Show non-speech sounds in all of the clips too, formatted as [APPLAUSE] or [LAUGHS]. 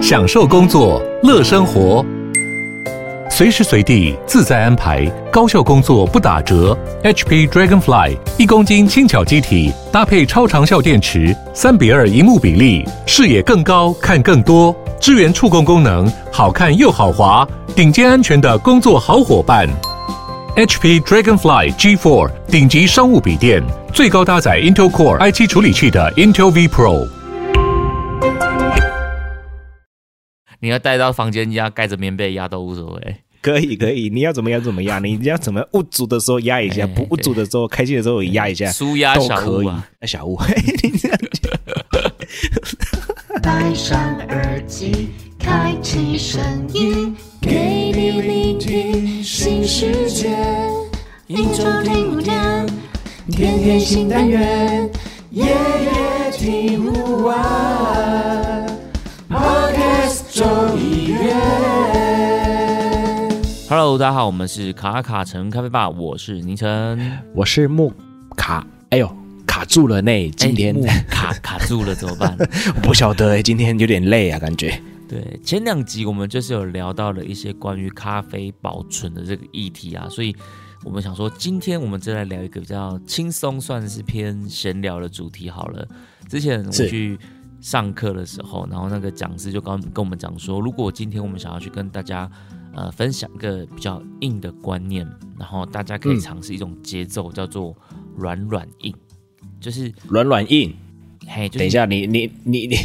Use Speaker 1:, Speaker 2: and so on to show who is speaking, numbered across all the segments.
Speaker 1: 享受工作，乐生活，随时随地自在安排，高效工作不打折。HP Dragonfly 一公斤轻巧机体，搭配超长效电池，三比二荧幕比例，视野更高，看更多，支援触控功能，好看又好滑，顶尖安全的工作好伙伴。HP Dragonfly G4 顶级商务笔电，最高搭载 Intel Core i7 处理器的 Intel V Pro。
Speaker 2: 你要带到房间压，盖着棉被压都无所谓。
Speaker 3: 可以可以，你要怎么样怎么样，你要怎么不足的时候压一下，
Speaker 2: 哎
Speaker 3: 不不足的时候开心的时候也压一下，
Speaker 2: 舒压
Speaker 3: 都
Speaker 2: 小
Speaker 3: 可
Speaker 2: 屋
Speaker 3: 以
Speaker 2: 啊。
Speaker 3: 哎小物，嘿你这样
Speaker 4: 戴上耳机，开启声音，给你聆听新世界。一周听五天，天天新单元，夜夜听不完。Podcast 周一月。
Speaker 2: Hello，大家好，我们是卡卡城咖啡吧，我是宁晨。
Speaker 3: [LAUGHS] 我是木卡，哎呦卡住了呢，今天
Speaker 2: 哎木卡卡住了怎么办？
Speaker 3: [LAUGHS] 不晓得，今天有点累啊，感觉。
Speaker 2: 对，前两集我们就是有聊到了一些关于咖啡保存的这个议题啊，所以我们想说，今天我们再来聊一个比较轻松，算是偏闲聊的主题好了。之前我
Speaker 3: 是
Speaker 2: 去上课的时候，然后那个讲师就刚跟我们讲说，如果今天我们想要去跟大家呃分享一个比较硬的观念，然后大家可以
Speaker 3: 嗯
Speaker 2: 尝试一种节奏，叫做软软硬，就是
Speaker 3: 软软硬，
Speaker 2: 嘿，就是、
Speaker 3: 等一，下，你你你 [LAUGHS] 你，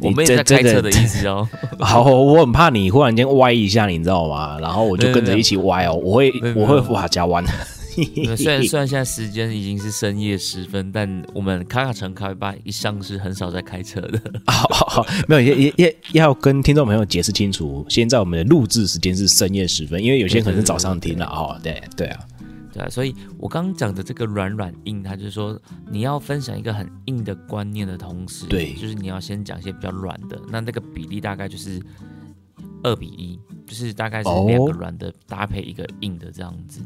Speaker 2: 我们
Speaker 3: 这
Speaker 2: 也在
Speaker 3: 这
Speaker 2: 开
Speaker 3: 个
Speaker 2: 车的意思哦。
Speaker 3: 好，我很怕你忽然间歪一下，你知道吗？然后我就跟着一起歪哦，我会
Speaker 2: 没有没有
Speaker 3: 我会哇加 [LAUGHS] 弯。
Speaker 2: [LAUGHS] 对虽然虽然现在时间已经是深夜时分，但我们卡卡城咖啡吧一向是很少在开车的。
Speaker 3: 好好好，没有也也也要跟听众朋友解释清楚，现在我们的录制时间是深夜时分，因为有些人可能是早上听了哦。对对啊，
Speaker 2: [LAUGHS] 对啊，所以我刚刚讲的这个软软硬，它就是说你要分享一个很硬的观念的同时，
Speaker 3: 对
Speaker 2: 就是你要先讲一些比较软的，那那个比例大概就是二比一，就是大概是
Speaker 3: 哦
Speaker 2: 两个软的搭配一个硬的这样子。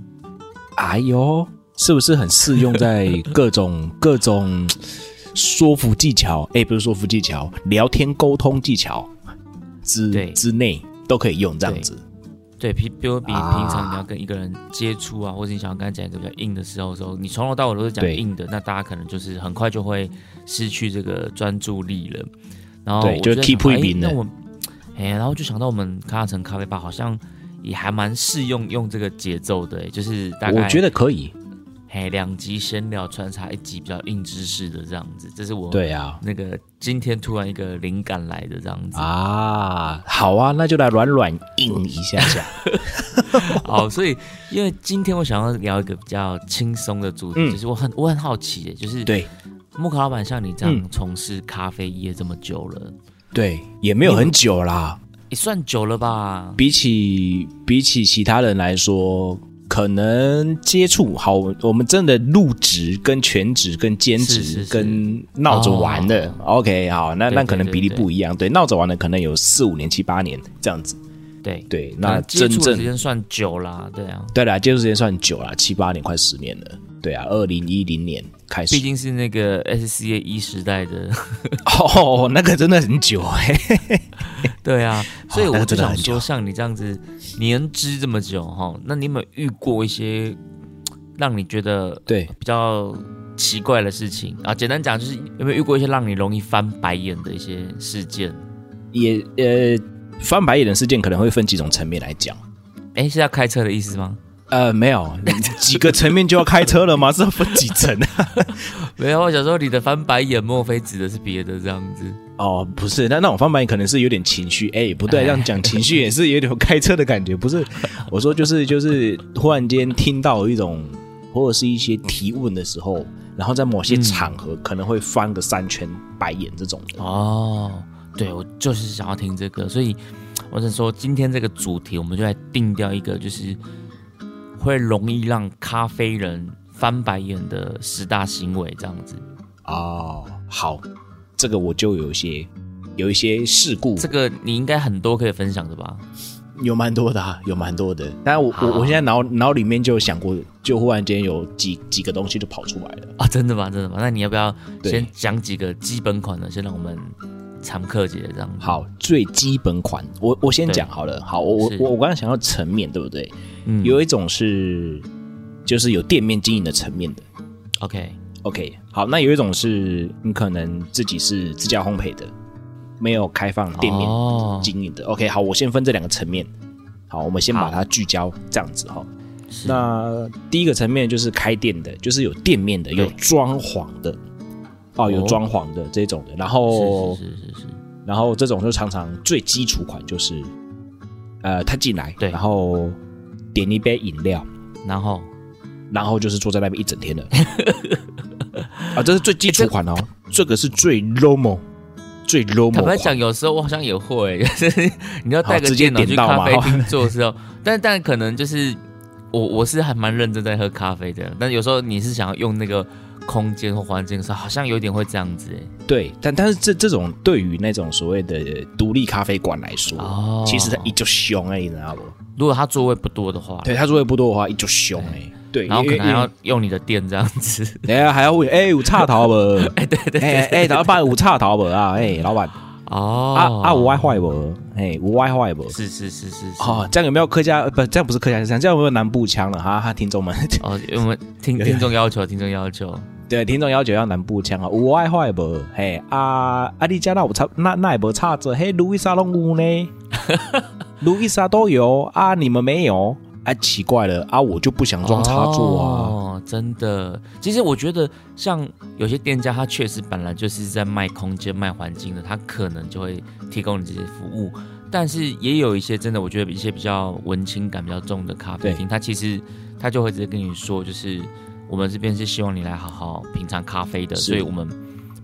Speaker 3: 哎呦，是不是很适用在各种各种说服技巧？哎，不是说服技巧，聊天沟通技巧之
Speaker 2: 对
Speaker 3: 之内都可以用这样
Speaker 2: 对
Speaker 3: 子。
Speaker 2: 对，比比如比
Speaker 3: 啊
Speaker 2: 平常你要跟一个人接触啊，或者你想要跟他讲一个比较硬的时候的时候，你从头到尾都是讲
Speaker 3: 对
Speaker 2: 硬的，那大家可能就是很快就会失去这个专注力了。然后
Speaker 3: 对
Speaker 2: 我
Speaker 3: 就
Speaker 2: 在
Speaker 3: keep
Speaker 2: 想哎
Speaker 3: 一瓶
Speaker 2: 那
Speaker 3: 了
Speaker 2: 我哎，然后就想到我们咖啡城咖啡吧，好像也还蛮适用用这个节奏的，哎就是大概
Speaker 3: 我觉得可以。
Speaker 2: 哎两集闲聊穿插一集比较硬知识的这样子，这是我
Speaker 3: 对啊，
Speaker 2: 那个今天突然一个灵感来的这样子。
Speaker 3: 啊，好啊，那就来软软硬一下下。
Speaker 2: 好，所以因为今天我想要聊一个比较轻松的主题，
Speaker 3: 嗯
Speaker 2: 就是我很我很好奇耶，就是
Speaker 3: 对
Speaker 2: 木卡老板像你这样
Speaker 3: 嗯
Speaker 2: 从事咖啡业这么久了，
Speaker 3: 对，也没有很久啦，
Speaker 2: 也算久了吧？
Speaker 3: 比起比起其他人来说。可能接触好，我们真的入职跟全职跟兼职
Speaker 2: 是是是
Speaker 3: 跟闹着玩的、o k 好，那
Speaker 2: 对
Speaker 3: 那
Speaker 2: 对
Speaker 3: 可能比例
Speaker 2: 对对
Speaker 3: 不一样，对，闹着玩的可能有四五年、七八年这样子，
Speaker 2: 对，
Speaker 3: 对，
Speaker 2: 可
Speaker 3: 那
Speaker 2: 能接
Speaker 3: 真
Speaker 2: 触的时
Speaker 3: 正
Speaker 2: 间算久啦，对啊，
Speaker 3: 对啦，接触时间算久了，七八年快十年了，对啊，二零一零年开始
Speaker 2: 毕，竟是那个 SCA 一 E 时代的，
Speaker 3: [LAUGHS]
Speaker 2: [LAUGHS]
Speaker 3: 哦，那个真的很久哎、
Speaker 2: 对啊，所以我
Speaker 3: 那个
Speaker 2: 就
Speaker 3: 真的
Speaker 2: 想
Speaker 3: 很久
Speaker 2: 说，像你这样子年资这么久哈，那你有没有遇过一些让你觉得
Speaker 3: 对，
Speaker 2: 比较奇怪的事情啊，简单讲就是有没有遇过一些让你容易翻白眼的一些事件？
Speaker 3: 也呃，翻白眼的事件可能会分几种层面来讲。
Speaker 2: 哎，是要开车的意思吗？
Speaker 3: 呃，
Speaker 2: [LAUGHS]
Speaker 3: 没有几个层面就要开车了吗？是要分几层啊？
Speaker 2: 没有，我想说你的翻白眼，莫非指的是别的这样子？
Speaker 3: 哦，不是，那那种翻白眼可能是有点情绪，哎，不对，
Speaker 2: 哎
Speaker 3: 这样讲情绪也是有点开车的感觉，不是？我说就是就是，忽然间听到一种或者是一些提问的时候，然后在某些场合可能会翻个三圈白眼这种的。
Speaker 2: 哦，对，我就是想要听这个，所以我想说今天这个主题，我们就来定掉一个，就是会容易让咖啡人翻白眼的十大行为这样子。
Speaker 3: 哦，好，这个我就有一些有一些事故
Speaker 2: 这个你应该很多可以分享的吧？
Speaker 3: 有蛮多的、啊，有蛮多的。但我我
Speaker 2: 好
Speaker 3: 我现在脑脑里面就有想过，就忽然间有几几个东西就跑出来了。
Speaker 2: 啊，真的吗？真的吗？那你要不要
Speaker 3: 对
Speaker 2: 先讲几个基本款的，先让我们常客节这样。，
Speaker 3: 好，最基本款，我我先
Speaker 2: 对
Speaker 3: 讲好了。好，我我
Speaker 2: 是
Speaker 3: 我我刚才想到层面，对不对？
Speaker 2: 嗯
Speaker 3: 有一种是就是有店面经营的层面的。
Speaker 2: OK，
Speaker 3: OK，好，那有一种是你可能自己是自家烘焙的，没有开放店面
Speaker 2: 哦
Speaker 3: 经营的。OK，好，我先分这两个层面。好，我们先把它聚焦这样子哈。
Speaker 2: 嗯是
Speaker 3: 那第一个层面就是开店的，就是有店面的，
Speaker 2: 对
Speaker 3: 有装潢的，哦，有
Speaker 2: 哦
Speaker 3: 装潢的这种的。然后
Speaker 2: 是是是是是，
Speaker 3: 然后这种就常常最基础款就是，呃，他进来，
Speaker 2: 对
Speaker 3: 然后点一杯饮料，
Speaker 2: 然后
Speaker 3: 然后就是坐在那边一
Speaker 2: [LAUGHS]
Speaker 3: 整天的。啊，这是最基础款哦，这个是最 low mo，最 low
Speaker 2: 哎坦白
Speaker 3: mo
Speaker 2: 讲，
Speaker 3: 款。
Speaker 2: 有时候我好像也会， [LAUGHS] 就是你要带
Speaker 3: 好
Speaker 2: 个
Speaker 3: 直接
Speaker 2: 电脑
Speaker 3: 点
Speaker 2: 去
Speaker 3: 到
Speaker 2: 咖
Speaker 3: 嘛
Speaker 2: 啡
Speaker 3: 哈
Speaker 2: 厅做的时候， [LAUGHS] 但但可能就是我我是还蛮认真在喝咖啡的，但有时候你是想要用那个空间或环境的时候，好像有点会这样子哎。
Speaker 3: 对，但但是这这种对于那种所谓的独立咖啡馆来说，
Speaker 2: 哦
Speaker 3: 其实它一就凶哎，你知道不？
Speaker 2: 如果他座位不多的话，
Speaker 3: 对，他说的不多的话，一就凶哎。对，
Speaker 2: 然后
Speaker 3: 因
Speaker 2: 可
Speaker 3: 为
Speaker 2: 能还要用你的电这样子， [LAUGHS]
Speaker 3: 等一下还要问，哎、有叉桃不？哎、对对哎哎，老板有叉桃不啊？哎、老板。
Speaker 2: 哦，
Speaker 3: 啊啊，有 WiFi 不？哎，有 WiFi 不？
Speaker 2: 是是是是是，
Speaker 3: 哦，这样有没有客家？呃不，这样不是客家腔，这样有没有南部腔了？哈哈，听众们， [LAUGHS]
Speaker 2: 哦，因为我们听听众要求，听众要求，
Speaker 3: 对，听众要求要南部腔啊，有 WiFi 不？嘿啊啊，你家那有差那那也不差着，嘿，路易莎拢有呢， [LAUGHS] 路易莎都有啊，你们没有？哎、奇怪了啊，我就不想装插座啊。
Speaker 2: 哦，真的。其实我觉得，像有些店家，他确实本来就是在卖空间、卖环境的，他可能就会提供你这些服务。但是也有一些真的，我觉得一些比较文青感比较重的咖啡厅，他其实他就会直接跟你说，就是我们这边是希望你来好好品尝咖啡的，
Speaker 3: 是
Speaker 2: 所以我们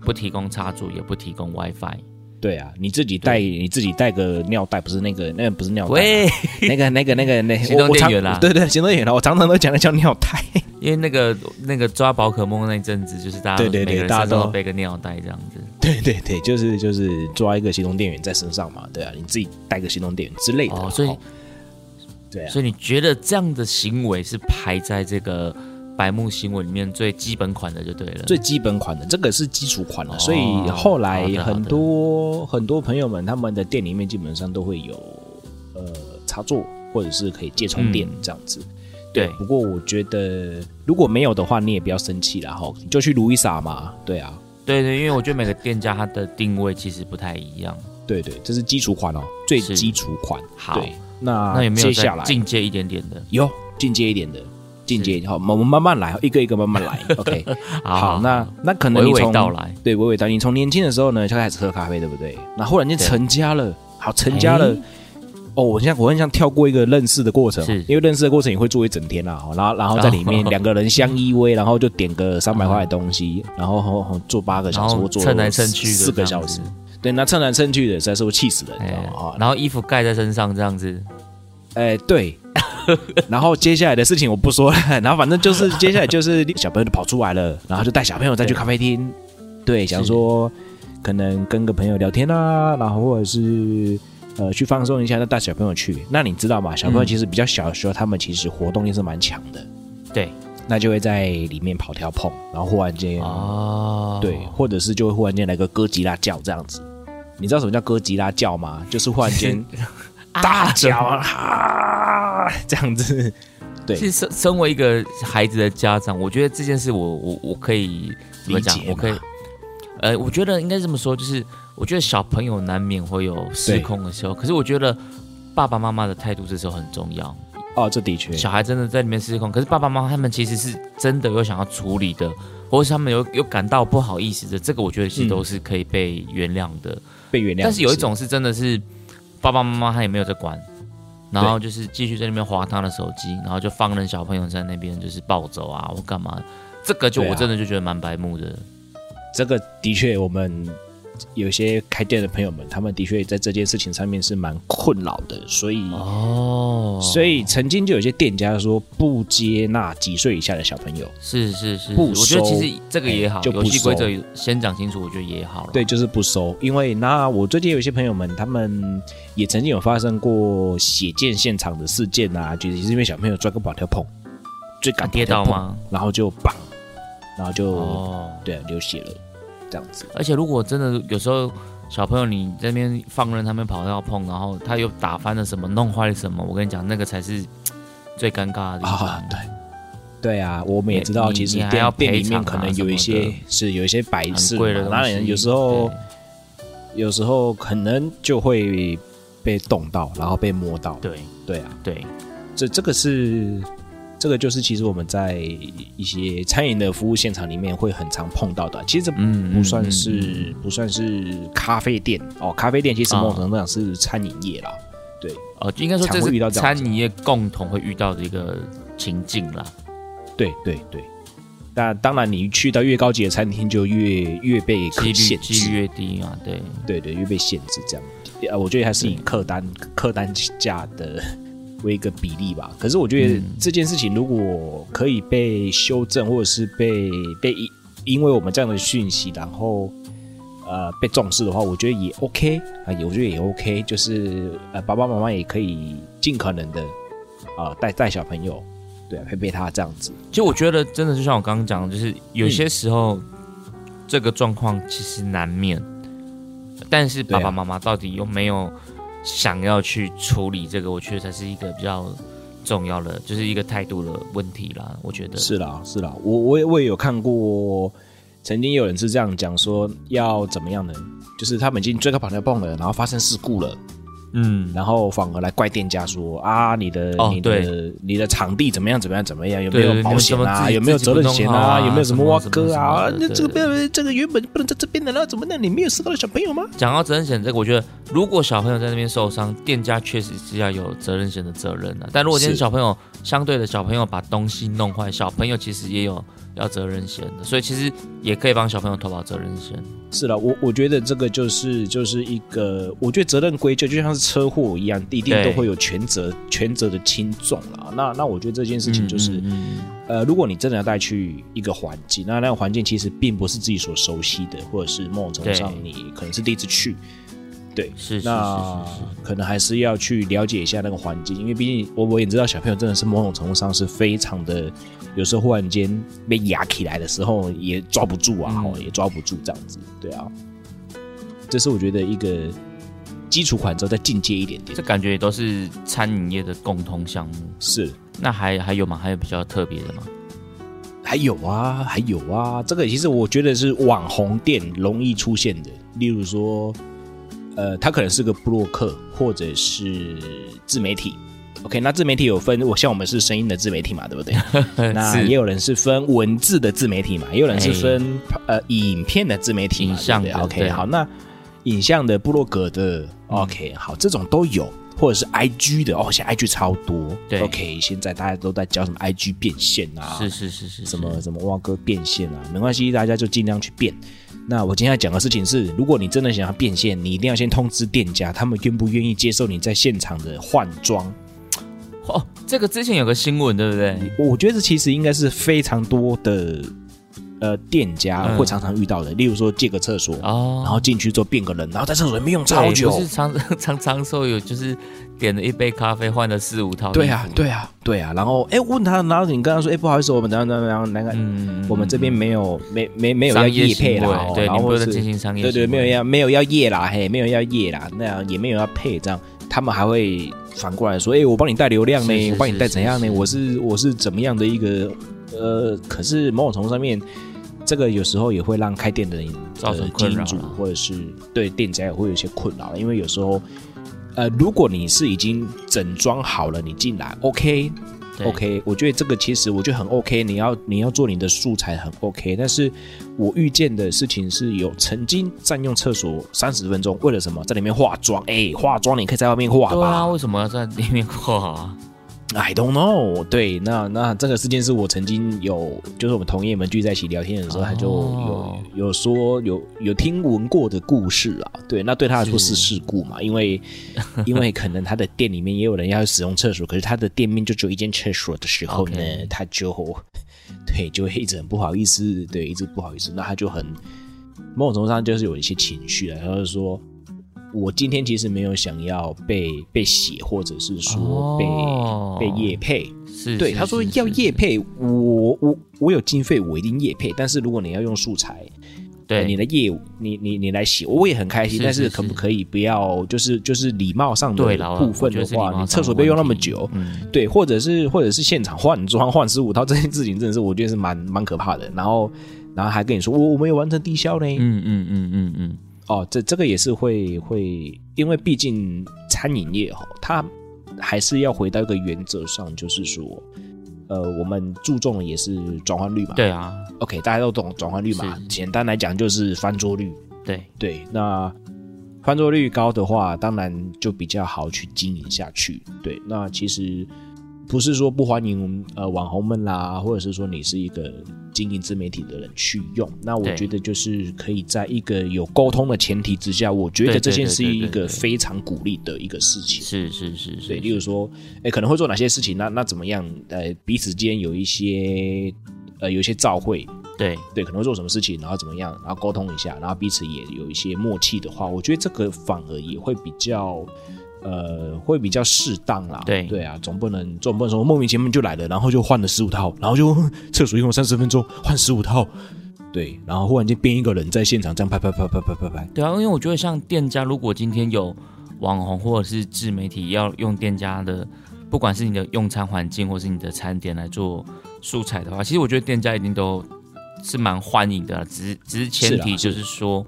Speaker 2: 不提供插座，也不提供 WiFi。
Speaker 3: 对啊，你自己带你自己带个尿袋，不是那个那个不是尿袋，
Speaker 2: 喂，
Speaker 3: 那个那个那个那
Speaker 2: 行动
Speaker 3: 我我常
Speaker 2: 电源啦
Speaker 3: 对对，行动电源啦，我常常都讲那叫尿袋。
Speaker 2: 因为那个那个抓宝可梦那一阵子，就是大家
Speaker 3: 对对对
Speaker 2: 每个人
Speaker 3: 大家
Speaker 2: 身上
Speaker 3: 都
Speaker 2: 都背个尿袋这样子。
Speaker 3: 对对对，就是就是抓一个行动电源在身上嘛，对啊，你自己带个行动电源之类的啦。
Speaker 2: 哦所以
Speaker 3: 哦对啊，
Speaker 2: 所以你觉得这样的行为是排在这个白木行为里面最基本款的就对了。
Speaker 3: 最基本款的这个是基础款的，
Speaker 2: 哦
Speaker 3: 所以后来
Speaker 2: 好的好的
Speaker 3: 很多很多朋友们他们的店里面基本上都会有呃插座或者是可以借充电
Speaker 2: 嗯
Speaker 3: 这样子。
Speaker 2: 对
Speaker 3: 不过我觉得如果没有的话，你也不要生气啦哈，你就去卢伊莎嘛，对啊，
Speaker 2: 对对，因为我觉得每个店家它的定位其实不太一样。
Speaker 3: 对对，这是基础款哦，最
Speaker 2: 是
Speaker 3: 基础款。
Speaker 2: 好
Speaker 3: 对，那
Speaker 2: 那有没有
Speaker 3: 接下
Speaker 2: 再
Speaker 3: 来
Speaker 2: 进阶一点点的？
Speaker 3: 有进阶一点的，进阶好，我们慢慢来，一个一个慢
Speaker 2: [LAUGHS]
Speaker 3: 慢来。OK，好，那那可能
Speaker 2: 娓
Speaker 3: 你
Speaker 2: 娓
Speaker 3: 从
Speaker 2: 道来。
Speaker 3: 对娓娓道来，你从年轻的时候呢就开始喝咖啡，对不对？那忽然间
Speaker 2: 对
Speaker 3: 成家了，好，成家了
Speaker 2: 哎。
Speaker 3: 哦，我像我很想跳过一个认识的过程
Speaker 2: 是，
Speaker 3: 因为认识的过程你会做一整天啦，哦然后然后在里面
Speaker 2: 哦啊
Speaker 3: 两个人相依偎，然后就点个三百块的东西，然后哦哦做八个
Speaker 2: 然
Speaker 3: 小时，
Speaker 2: 后
Speaker 3: 或做
Speaker 2: 蹭来蹭去的
Speaker 3: 四个
Speaker 2: 这样
Speaker 3: 小
Speaker 2: 子
Speaker 3: 时，对，那蹭来蹭去的，实在是会气死人，你知道
Speaker 2: 哎
Speaker 3: 吗？哦，
Speaker 2: 然后衣服盖在身上这样子，
Speaker 3: 哎，对。 [LAUGHS] 然后接下来的事情我不说了， [LAUGHS] 然后反正就是接下来就是小朋友就跑出来了，然后就带小朋友再去咖啡厅，对，想说可能跟个朋友聊天啊，然后或者是呃去放松一下，那带小朋友去。那你知道吗？小朋友
Speaker 2: 嗯
Speaker 3: 其实比较小的时候，他们其实活动力是蛮强的，
Speaker 2: 对，
Speaker 3: 那就会在里面跑跳碰，然后忽然间，
Speaker 2: 哦，
Speaker 3: 对，或者是就会忽然间来个哥吉拉叫这样子。你知道什么叫哥吉拉叫吗？就是忽
Speaker 2: [LAUGHS]
Speaker 3: 然间大叫啊这样子。对
Speaker 2: 其实身身为一个孩子的家长，我觉得这件事我我我可以怎么讲
Speaker 3: 理？解嘛
Speaker 2: 我可以，呃，我觉得应该这么说，就是我觉得小朋友难免会有失控的时候，可是我觉得爸爸妈妈的态度这时候很重要。
Speaker 3: 哦，这的确
Speaker 2: 小孩真的在里面失控，可是爸爸妈妈他们其实是真的有想要处理的，或者是他们有有感到不好意思的，这个我觉得其实
Speaker 3: 嗯
Speaker 2: 都是可以被原谅的。
Speaker 3: 被原谅。
Speaker 2: 但是有一种是真的是爸爸妈妈他也没有在管，然后就是继续在那边划他的手机，然后就放任小朋友在那边就是暴走啊或干嘛，这个就
Speaker 3: 对啊
Speaker 2: 我真的就觉得蛮白目的。
Speaker 3: 这个的确，我们有些开店的朋友们，他们的确在这件事情上面是蛮困扰的，所以、
Speaker 2: 哦，
Speaker 3: 啊所以曾经就有些店家说不接纳几岁以下的小朋友，
Speaker 2: 是是是，
Speaker 3: 不
Speaker 2: 我觉得
Speaker 3: 收
Speaker 2: 其实这个也好，
Speaker 3: 哎就不
Speaker 2: 游戏规
Speaker 3: 收
Speaker 2: 则先讲清楚，我觉得也好了。
Speaker 3: 对，就是不收。因为那我最近有一些朋友们，他们也曾经有发生过血溅现场的事件啊，就是因为小朋友抓个保跳碰，最
Speaker 2: 啊，
Speaker 3: 敢
Speaker 2: 跌倒？吗？
Speaker 3: 然后就绑，然后就、啊
Speaker 2: 哦，
Speaker 3: 对流血了，这样子。
Speaker 2: 而且如果真的有时候小朋友你这边放任他们跑跳碰，然后他又打翻了什么，弄坏了什么，我跟你讲，那个才是最尴尬的地方。
Speaker 3: 啊，对，对啊，我们也
Speaker 2: 你
Speaker 3: 知道，
Speaker 2: 你
Speaker 3: 其实
Speaker 2: 你还
Speaker 3: 店
Speaker 2: 要
Speaker 3: 店里
Speaker 2: 赔偿
Speaker 3: 面可
Speaker 2: 啊
Speaker 3: 能
Speaker 2: 什
Speaker 3: 有
Speaker 2: 么
Speaker 3: 一
Speaker 2: 的
Speaker 3: 些是有一些白
Speaker 2: 很
Speaker 3: 痴
Speaker 2: 贵的
Speaker 3: 嘛，
Speaker 2: 东西，
Speaker 3: 当然有时候
Speaker 2: 对
Speaker 3: 有时候可能就会被冻到，然后被摸到。
Speaker 2: 对
Speaker 3: 对啊，
Speaker 2: 对，
Speaker 3: 这这个是这个就是其实我们在一些餐饮的服务现场里面会很常碰到的。其实这
Speaker 2: 嗯，
Speaker 3: 不算
Speaker 2: 嗯嗯
Speaker 3: 是不算是咖啡店哦，咖啡店其实
Speaker 2: 啊
Speaker 3: 某种程度上是餐饮业啦。
Speaker 2: 呃，应该说
Speaker 3: 常
Speaker 2: 这
Speaker 3: 会遇到
Speaker 2: 是
Speaker 3: 这样
Speaker 2: 餐
Speaker 3: 子
Speaker 2: 饮业共同会遇到的一个情境啦。
Speaker 3: 对对对，那当然你去到越高级的餐厅就越越被
Speaker 2: 几率
Speaker 3: 限
Speaker 2: 几
Speaker 3: 制，
Speaker 2: 率越低嘛，对，
Speaker 3: 对对，越被限制这样。呃，我觉得还是以客单客单价的为一个比例吧。可是我觉得
Speaker 2: 嗯
Speaker 3: 这件事情如果可以被修正，或者是被被因因为我们这样的讯息，然后呃被重视的话，我觉得也 OK 啊、也我觉得也 OK，就是呃爸爸妈妈也可以尽可能的啊、呃带带小朋友，对、啊，陪陪他这样子。
Speaker 2: 其实我觉得真的就像我刚刚讲的，就是有些时候、这个状况其实难免，但是
Speaker 3: 对啊
Speaker 2: 爸爸妈妈到底有没有想要去处理这个，我觉得才是一个比较重要的，就是一个态度的问题啦。我觉得
Speaker 3: 是啦，是啦，我我也我也有看过，曾经有人是这样讲说要怎么样呢？就是他们已经追个跑跳蹦了，然后发生事故了，
Speaker 2: 嗯，
Speaker 3: 然后反而来怪店家说啊，你的、
Speaker 2: 哦
Speaker 3: 你的
Speaker 2: 对
Speaker 3: 你的场地怎么样怎么样怎么样，有没
Speaker 2: 对
Speaker 3: 有
Speaker 2: 对
Speaker 3: 保
Speaker 2: 你们
Speaker 3: 险
Speaker 2: 怎么
Speaker 3: 啊？
Speaker 2: 自己
Speaker 3: 有没有责任险
Speaker 2: 自己不弄好啊
Speaker 3: 有没有什么
Speaker 2: 什么
Speaker 3: 挖
Speaker 2: 什么
Speaker 3: 哥啊？
Speaker 2: 什么
Speaker 3: 那
Speaker 2: 对
Speaker 3: 这个
Speaker 2: 对
Speaker 3: 不要这个原本不能在这边的，那怎么那你没有伤到小朋友吗？
Speaker 2: 讲到责任险这个，我觉得如果小朋友在那边受伤，店家确实是要有责任险的责任的、但如果今天
Speaker 3: 是
Speaker 2: 小朋友相对的小朋友把东西弄坏，小朋友其实也有要责任险的，所以其实也可以帮小朋友投保责任险。
Speaker 3: 是了，我我觉得这个就是就是一个，我觉得责任归咎就像是车祸一样，一定
Speaker 2: 对
Speaker 3: 都会有全责全责的轻重啦。那那我觉得这件事情就是。
Speaker 2: 嗯
Speaker 3: 呃，如果你真的要带去一个环境，那那个环境其实并不是自己所熟悉的，或者是某种程度上
Speaker 2: 对
Speaker 3: 你可能是第一次去，对，
Speaker 2: 是是
Speaker 3: 那
Speaker 2: 是是是
Speaker 3: 可能还是要去了解一下那个环境，因为毕竟我我也知道小朋友真的是某种程度上是非常的，有时候忽然间被压起来的时候也抓不住啊，
Speaker 2: 嗯
Speaker 3: 哦也抓不住这样子，对啊，这是我觉得一个基础款之后再进阶一点点
Speaker 2: 这，感觉也都是餐饮业的共同项目。
Speaker 3: 是
Speaker 2: 那还还有吗？还有比较特别的吗？
Speaker 3: 还有啊，还有啊，这个其实我觉得是网红店容易出现的，例如说，呃，他可能是个布洛克或者是自媒体。OK，那自媒体有分，我像我们是声音的自媒体嘛，对
Speaker 2: [LAUGHS]
Speaker 3: 不对？那也有人是分文字的自媒体嘛，也有人是分、呃影片的自媒体嘛，
Speaker 2: 哎影像的
Speaker 3: 对不对 OK，
Speaker 2: 对嗯
Speaker 3: 好，那影像的、部落格的、o k 好，这种都有，或者是 IG 的哦，现在 IG 超多，
Speaker 2: 对
Speaker 3: ，OK，现在大家都在教什么 IG 变现啊，
Speaker 2: 是是是是
Speaker 3: 什么什么挖哥变现啊，没关系，大家就尽量去变。那我今天要讲的事情是，如果你真的想要变现，你一定要先通知店家，他们愿不愿意接受你在现场的换装。
Speaker 2: 哦？这个之前有个新闻，对不对？
Speaker 3: 我觉得其实应该是非常多的呃店家
Speaker 2: 嗯
Speaker 3: 会常常遇到的，例如说借个厕所，
Speaker 2: 哦，
Speaker 3: 然后进去之后变个人，然后在厕所里面用超
Speaker 2: 对
Speaker 3: 久
Speaker 2: 不。是常常常说有就是点了一杯咖啡换了四五套。
Speaker 3: 对啊，，对啊，对啊。然后哎，问他，然后你跟他说，哎，不好意思，我们怎样怎样怎样，那个
Speaker 2: 嗯，
Speaker 3: 我们这边没有没没没有要
Speaker 2: 商业
Speaker 3: 业配
Speaker 2: 行为
Speaker 3: 啦，哦
Speaker 2: 对，
Speaker 3: 然
Speaker 2: 你
Speaker 3: 后
Speaker 2: 不
Speaker 3: 或
Speaker 2: 能
Speaker 3: 是
Speaker 2: 进行商业
Speaker 3: 对对，
Speaker 2: 行
Speaker 3: 没
Speaker 2: 为
Speaker 3: 有要没有要夜啦，嘿，没有要夜啦，那样也没有要配这样，他们还会反过来说，哎、我帮你带流量呢，
Speaker 2: 是是
Speaker 3: 我帮你带怎样呢？
Speaker 2: 是是
Speaker 3: 我是我是怎么样的一个呃，可是某种程度上面，这个有时候也会让开店的人
Speaker 2: 造成
Speaker 3: 呃
Speaker 2: 困
Speaker 3: 经
Speaker 2: 扰
Speaker 3: 营
Speaker 2: 啦
Speaker 3: 主或者是对店家也会有一些困扰，因为有时候。呃，如果你是已经整装好了，你进来，OK，
Speaker 2: 对
Speaker 3: OK，我觉得这个其实我觉得很 OK，你要你要做你的素材很 OK，但是我遇见的事情是有曾经占用厕所三十分钟，为了什么在里面化妆？哎、化妆你可以在外面化
Speaker 2: 对啊，
Speaker 3: 吧、
Speaker 2: 为什么要在里面画啊？
Speaker 3: i don't know。对，那那这个事件是我曾经有，就是我们同业们聚在一起聊天的时候，他就有、
Speaker 2: 哦
Speaker 3: 有说有有听闻过的故事啊。对，那对他来说
Speaker 2: 是
Speaker 3: 是事故嘛，
Speaker 2: [LAUGHS]
Speaker 3: 因为因为可能他的店里面也有人要使用厕所，可是他的店面就只有一间厕所的时候呢
Speaker 2: OK
Speaker 3: 他就对就会一直很不好意思，对，一直不好意思，那他就很某种程度上就是有一些情绪啊，他就说。我今天其实没有想要被被写，或者是说被、
Speaker 2: 哦
Speaker 3: 被业配，
Speaker 2: 是，
Speaker 3: 对，
Speaker 2: 是
Speaker 3: 他说
Speaker 2: 是
Speaker 3: 要
Speaker 2: 是
Speaker 3: 业配，我我我有经费，我一定业配。但是如果你要用素材，
Speaker 2: 对
Speaker 3: 你的业务，你你你来写，我也很开心。
Speaker 2: 是
Speaker 3: 但
Speaker 2: 是
Speaker 3: 是可不
Speaker 2: 是
Speaker 3: 可以不要，就是就是礼貌上的
Speaker 2: 对啦，
Speaker 3: 部分的话，你厕所不要用那么久，
Speaker 2: 嗯，
Speaker 3: 对，或者是或者是现场换装换十五套这件事情，真的是我觉得是蛮蛮可怕的。然后然后还跟你说我我没有完成低消呢，
Speaker 2: 嗯嗯嗯嗯嗯，
Speaker 3: 哦，这这个也是会会，因为毕竟餐饮业哦，它还是要回到一个原则上，就是说，呃，我们注重的也是转换率嘛。
Speaker 2: 对啊，
Speaker 3: ，OK，大家都懂转换率嘛
Speaker 2: 是。
Speaker 3: 简单来讲就是翻桌率，
Speaker 2: 对，
Speaker 3: 对，那翻桌率高的话，当然就比较好去经营下去。对，那其实不是说不欢迎呃网红们啦，或者是说你是一个经营自媒体的人去用，那我
Speaker 2: 对
Speaker 3: 觉得就是可以在一个有沟通的前提之下，我觉
Speaker 2: 对
Speaker 3: 得
Speaker 2: 对
Speaker 3: 这件
Speaker 2: 对
Speaker 3: 是
Speaker 2: 对
Speaker 3: 一
Speaker 2: 对
Speaker 3: 个
Speaker 2: 对
Speaker 3: 非常鼓励的一个事情。
Speaker 2: 是是是
Speaker 3: 对，
Speaker 2: 是，
Speaker 3: 例如说，哎，可能会做哪些事情？那那怎么样？呃，彼此间有一些呃有一些照会，
Speaker 2: 对
Speaker 3: 对，可能会做什么事情，然后怎么样，然后沟通一下，然后彼此也有一些默契的话，我觉得这个反而也会比较，呃，会比较适当啦。
Speaker 2: 对
Speaker 3: 对啊，总不能总不能说莫名其妙就来了，然后就换了十五套，然后就厕所用了三十分钟换十五套，对，然后忽然间编一个人在现场这样拍拍拍拍拍拍拍，
Speaker 2: 对啊，因为我觉得像店家，如果今天有网红或者是自媒体要用店家的，不管是你的用餐环境或是你的餐点来做素材的话，其实我觉得店家一定都是蛮欢迎的啦，啊只是只是前
Speaker 3: 是啊
Speaker 2: 提
Speaker 3: 啦
Speaker 2: 就是说，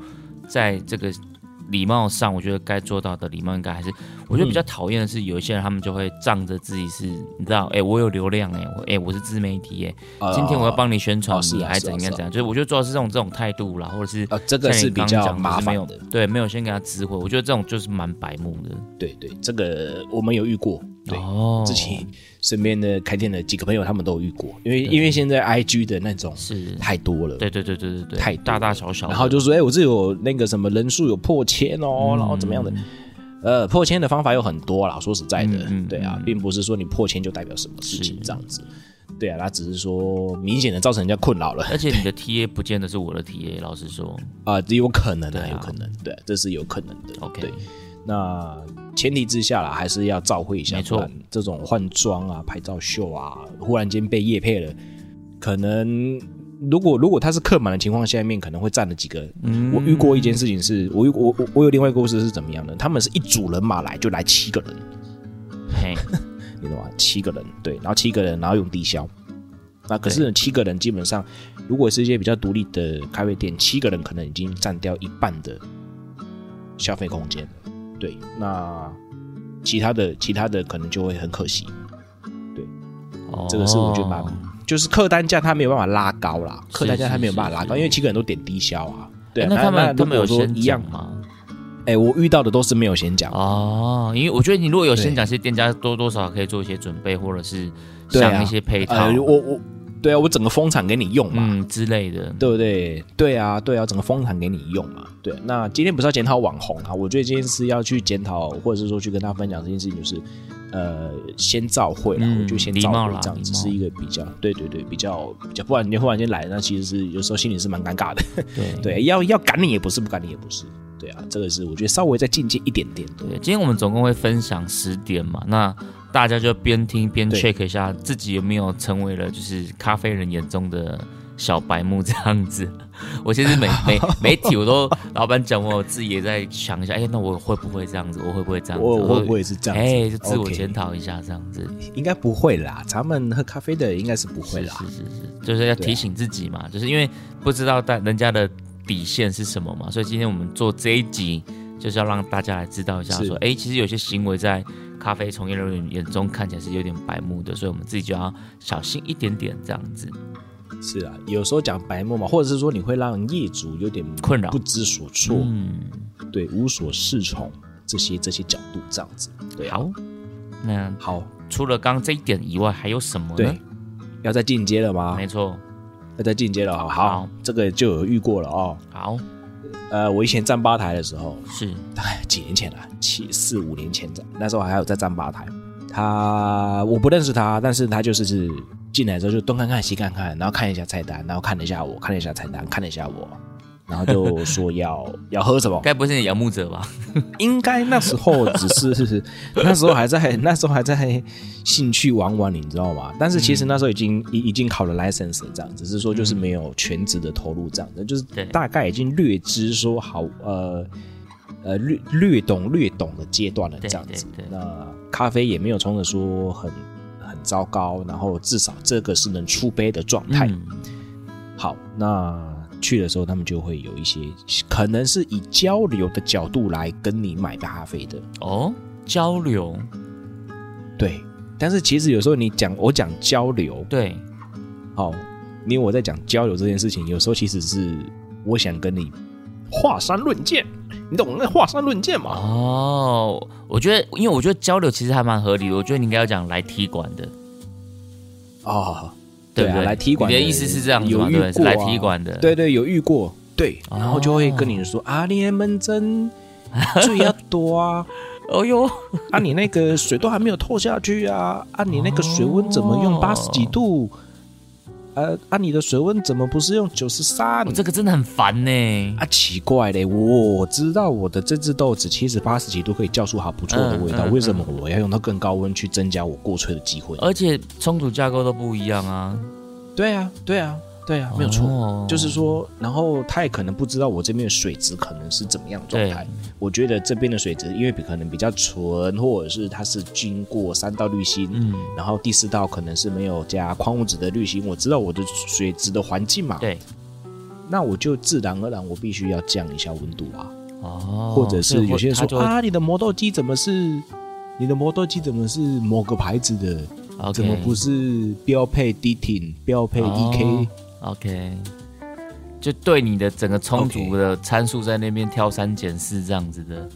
Speaker 2: 在这个礼貌上，我觉得该做到的礼貌应该还是，我觉得比较
Speaker 3: 嗯
Speaker 2: 讨厌的是有一些人他们就会仗着自己是，你知道，哎、我有流量、哎，我哎、我是自媒体、哎、
Speaker 3: 呃
Speaker 2: 今天我要帮你宣传，
Speaker 3: 哦是啊
Speaker 2: 你还
Speaker 3: 是
Speaker 2: 怎
Speaker 3: 啊
Speaker 2: 样
Speaker 3: 是啊
Speaker 2: 怎样，就是我觉得主要是这种这种态度啦，或者是
Speaker 3: 呃，这个是比较麻
Speaker 2: 像
Speaker 3: 烦
Speaker 2: 你刚刚讲
Speaker 3: 的
Speaker 2: 就是，没有对，没有先给他知会，我觉得这种就是蛮白目的。
Speaker 3: 对对，这个我们有遇过，对，
Speaker 2: 哦
Speaker 3: 自己身边的开店的几个朋友他们都有遇过，因为因为现在 I G 的那种
Speaker 2: 是，
Speaker 3: 太多了，
Speaker 2: 对对对对对对，
Speaker 3: 太多
Speaker 2: 大大小小的，
Speaker 3: 然后就说，哎、我这有那个什么人数有破千哦，
Speaker 2: 嗯
Speaker 3: 然后怎么样的？呃，破千的方法有很多啦，说实在的，
Speaker 2: 嗯嗯
Speaker 3: 对啊
Speaker 2: 嗯，
Speaker 3: 并不是说你破千就代表什么事情
Speaker 2: 是
Speaker 3: 这样子。对啊，他只是说明显的造成人家困扰了
Speaker 2: 而且你的 TA 不见得是我的 TA，老实说
Speaker 3: [LAUGHS] 啊，这有可能的、
Speaker 2: 呃对啊
Speaker 3: 有可能，对，这是有可能的。
Speaker 2: ，OK，
Speaker 3: 对那前提之下啦，还是要照会一下，
Speaker 2: 没错
Speaker 3: 不然这种换装啊、拍照秀啊，忽然间被夜配了，可能如果如果他是客满的情况下面，可能会占了几个。
Speaker 2: 嗯
Speaker 3: 我遇过一件事情是，我遇我我我有另外一个故事是怎么样的？他们是一组人马来就来七个人，
Speaker 2: 嘿，
Speaker 3: 你懂吗？七个人对，然后七个人，然后用低消。那可是呢七个人基本上，如果是一些比较独立的咖啡店，七个人可能已经占掉一半的消费空间了。对，那其他的其他的可能就会很可惜，
Speaker 2: 哦，
Speaker 3: [LAUGHS] 这个是我觉得蛮就是客单价它没有办法拉高啦，
Speaker 2: 是
Speaker 3: 客单价它没有办法拉
Speaker 2: 是
Speaker 3: 高，
Speaker 2: 是
Speaker 3: 因为七个人都点低消啊。对
Speaker 2: 哎
Speaker 3: 啊，
Speaker 2: 那他们他
Speaker 3: 如
Speaker 2: 们
Speaker 3: 果
Speaker 2: 有
Speaker 3: 说
Speaker 2: 先
Speaker 3: 一样
Speaker 2: 讲，吗？
Speaker 3: 哎、我遇到的都是没有先讲，
Speaker 2: 哦，因为我觉得你如果有先
Speaker 3: 对
Speaker 2: 讲，其实店家多多少少可以做一些准备，或者是
Speaker 3: 对啊
Speaker 2: 想一些配套
Speaker 3: 呃，，我我对啊，我整个风场给你用嘛，
Speaker 2: 嗯之类的，
Speaker 3: 对不对？对啊，对啊，整个风场给你用嘛。对，那今天不是要检讨网红啊，我觉得今天是要去检讨，或者是说去跟他分享这件事情，就是呃，先照会啦，
Speaker 2: 嗯
Speaker 3: 我就先
Speaker 2: 礼
Speaker 3: 照
Speaker 2: 貌
Speaker 3: 会
Speaker 2: 啦
Speaker 3: 这样
Speaker 2: 礼
Speaker 3: 子
Speaker 2: 貌
Speaker 3: 是一个比较，对对对，比较比较，不然你忽然间来，那其实是有时候心里是蛮尴尬的。
Speaker 2: 对
Speaker 3: [LAUGHS] 对，要要赶你也不是，不赶你也不是。对啊，这个是我觉得稍微再进阶一点点的。
Speaker 2: 对，今天我们总共会分享十点嘛，那大家就边听边
Speaker 3: 对
Speaker 2: check 一下自己有没有成为了就是咖啡人眼中的小白目这样子。 [LAUGHS] 我其实
Speaker 3: [LAUGHS]
Speaker 2: 每每每一题我都老板讲完，我自己也在想一下，哎，那我会不会这样子？我会不会这样子？
Speaker 3: 我我会不会是这样子
Speaker 2: 哎，就自我
Speaker 3: OK
Speaker 2: 检讨一下这样子。
Speaker 3: 应该不会啦，咱们喝咖啡的应该是不
Speaker 2: 是
Speaker 3: 会啦。
Speaker 2: 是是是，就是要
Speaker 3: 对啊
Speaker 2: 提醒自己嘛，就是因为不知道大人家的底线是什么嘛，所以今天我们做这一集，就是要让大家来知道一下
Speaker 3: 是
Speaker 2: 说，哎，其实有些行为在咖啡从业人员眼中看起来是有点白目的，所以我们自己就要小心一点点这样子。
Speaker 3: 是啊，有时候讲白目嘛，或者是说你会让业主有点
Speaker 2: 困扰
Speaker 3: 不知所措。
Speaker 2: 嗯，
Speaker 3: 对无所适从这些这些角度这样子。对啊，
Speaker 2: 好，那
Speaker 3: 好，
Speaker 2: 除了刚刚这一点以外，还有什么呢
Speaker 3: 对？，要再进阶了吗
Speaker 2: 没？错，
Speaker 3: 要再进阶了，好，
Speaker 2: 好
Speaker 3: 好，这个就有遇过了哦。
Speaker 2: 好
Speaker 3: 呃，我以前站吧台的时候，
Speaker 2: 是
Speaker 3: 大概几年前了，七四五年前站，那时候还有在站吧台。他我不认识他，但是他就是是进来之后就东看看西看看，然后看一下菜单，然后看了一下我，看了一下菜单，看了一下我，然后就说要 [LAUGHS] 要喝什么，
Speaker 2: 该不会是你的仰慕者吧？
Speaker 3: 应该那时候只是那时候还在那时候还在兴趣玩玩，你知道吗？但是其实那时候已经
Speaker 2: 嗯
Speaker 3: 已、已经考了 license 了这样，只是说就是没有全职的投入这样的，就是
Speaker 2: 对
Speaker 3: 大概已经略知说好呃呃略略懂略懂的阶段了
Speaker 2: 对
Speaker 3: 这样子
Speaker 2: 对。对
Speaker 3: 那咖啡也没有冲着说很很糟糕，然后至少这个是能出杯的状态。
Speaker 2: 嗯
Speaker 3: 好，那去的时候他们就会有一些，可能是以交流的角度来跟你买咖啡的，
Speaker 2: 哦，交流，
Speaker 3: 对。但是其实有时候你讲我讲交流，
Speaker 2: 对，
Speaker 3: 好，因为我在讲交流这件事情，有时候其实是我想跟你华山论剑，你懂那华山论剑吗？
Speaker 2: 哦，我觉得，因为我觉得交流其实还蛮合理的，我觉得你应该要讲来踢馆的，
Speaker 3: 哦，
Speaker 2: 对
Speaker 3: 对
Speaker 2: 不
Speaker 3: 啊，来踢馆
Speaker 2: 你的
Speaker 3: 人
Speaker 2: 意思是这样子
Speaker 3: 有
Speaker 2: 嘛？
Speaker 3: 遇
Speaker 2: 对不对，是
Speaker 3: 过
Speaker 2: 来
Speaker 3: 啊
Speaker 2: 踢馆的，
Speaker 3: 对对，有遇过，对，
Speaker 2: 哦
Speaker 3: 然后就会跟你说、啊，你的门针最要多啊，
Speaker 2: 哦哟，
Speaker 3: 啊，你那个水都还没有透下去啊！啊，你那个水温怎么用
Speaker 2: 哦
Speaker 3: 八十几度？呃，啊，你的水温怎么不是用九十三
Speaker 2: 我？这个真的很烦呢。
Speaker 3: 啊，奇怪嘞！我知道我的这只豆子其实八十几度可以叫出还不错的味道，
Speaker 2: 嗯嗯呃
Speaker 3: 为什么我要用到更高温去增加我过萃的机会？
Speaker 2: 而且冲煮架构都不一样啊，
Speaker 3: 对啊，对啊，对啊，没有错。
Speaker 2: 哦
Speaker 3: 就是说，然后他也可能不知道我这边的水质可能是怎么样的状态。我觉得这边的水质，因为可能比较纯，或者是它是经过三道滤芯，
Speaker 2: 嗯，
Speaker 3: 然后第四道可能是没有加矿物质的滤芯，我知道我的水质的环境嘛，
Speaker 2: 对，
Speaker 3: 那我就自然而然我必须要降一下温度啊，
Speaker 2: 哦，
Speaker 3: 或者是有些人
Speaker 2: 所以
Speaker 3: 说
Speaker 2: 会他
Speaker 3: 啊，你的磨豆机怎么是你的磨豆机怎么是某个牌子的
Speaker 2: 就会，
Speaker 3: 啊怎么不是 E 标配 D 挺标配 EK？、
Speaker 2: 哦 OK，就对你的整个充足
Speaker 3: OK
Speaker 2: 的参数在那边挑三拣四这样子的。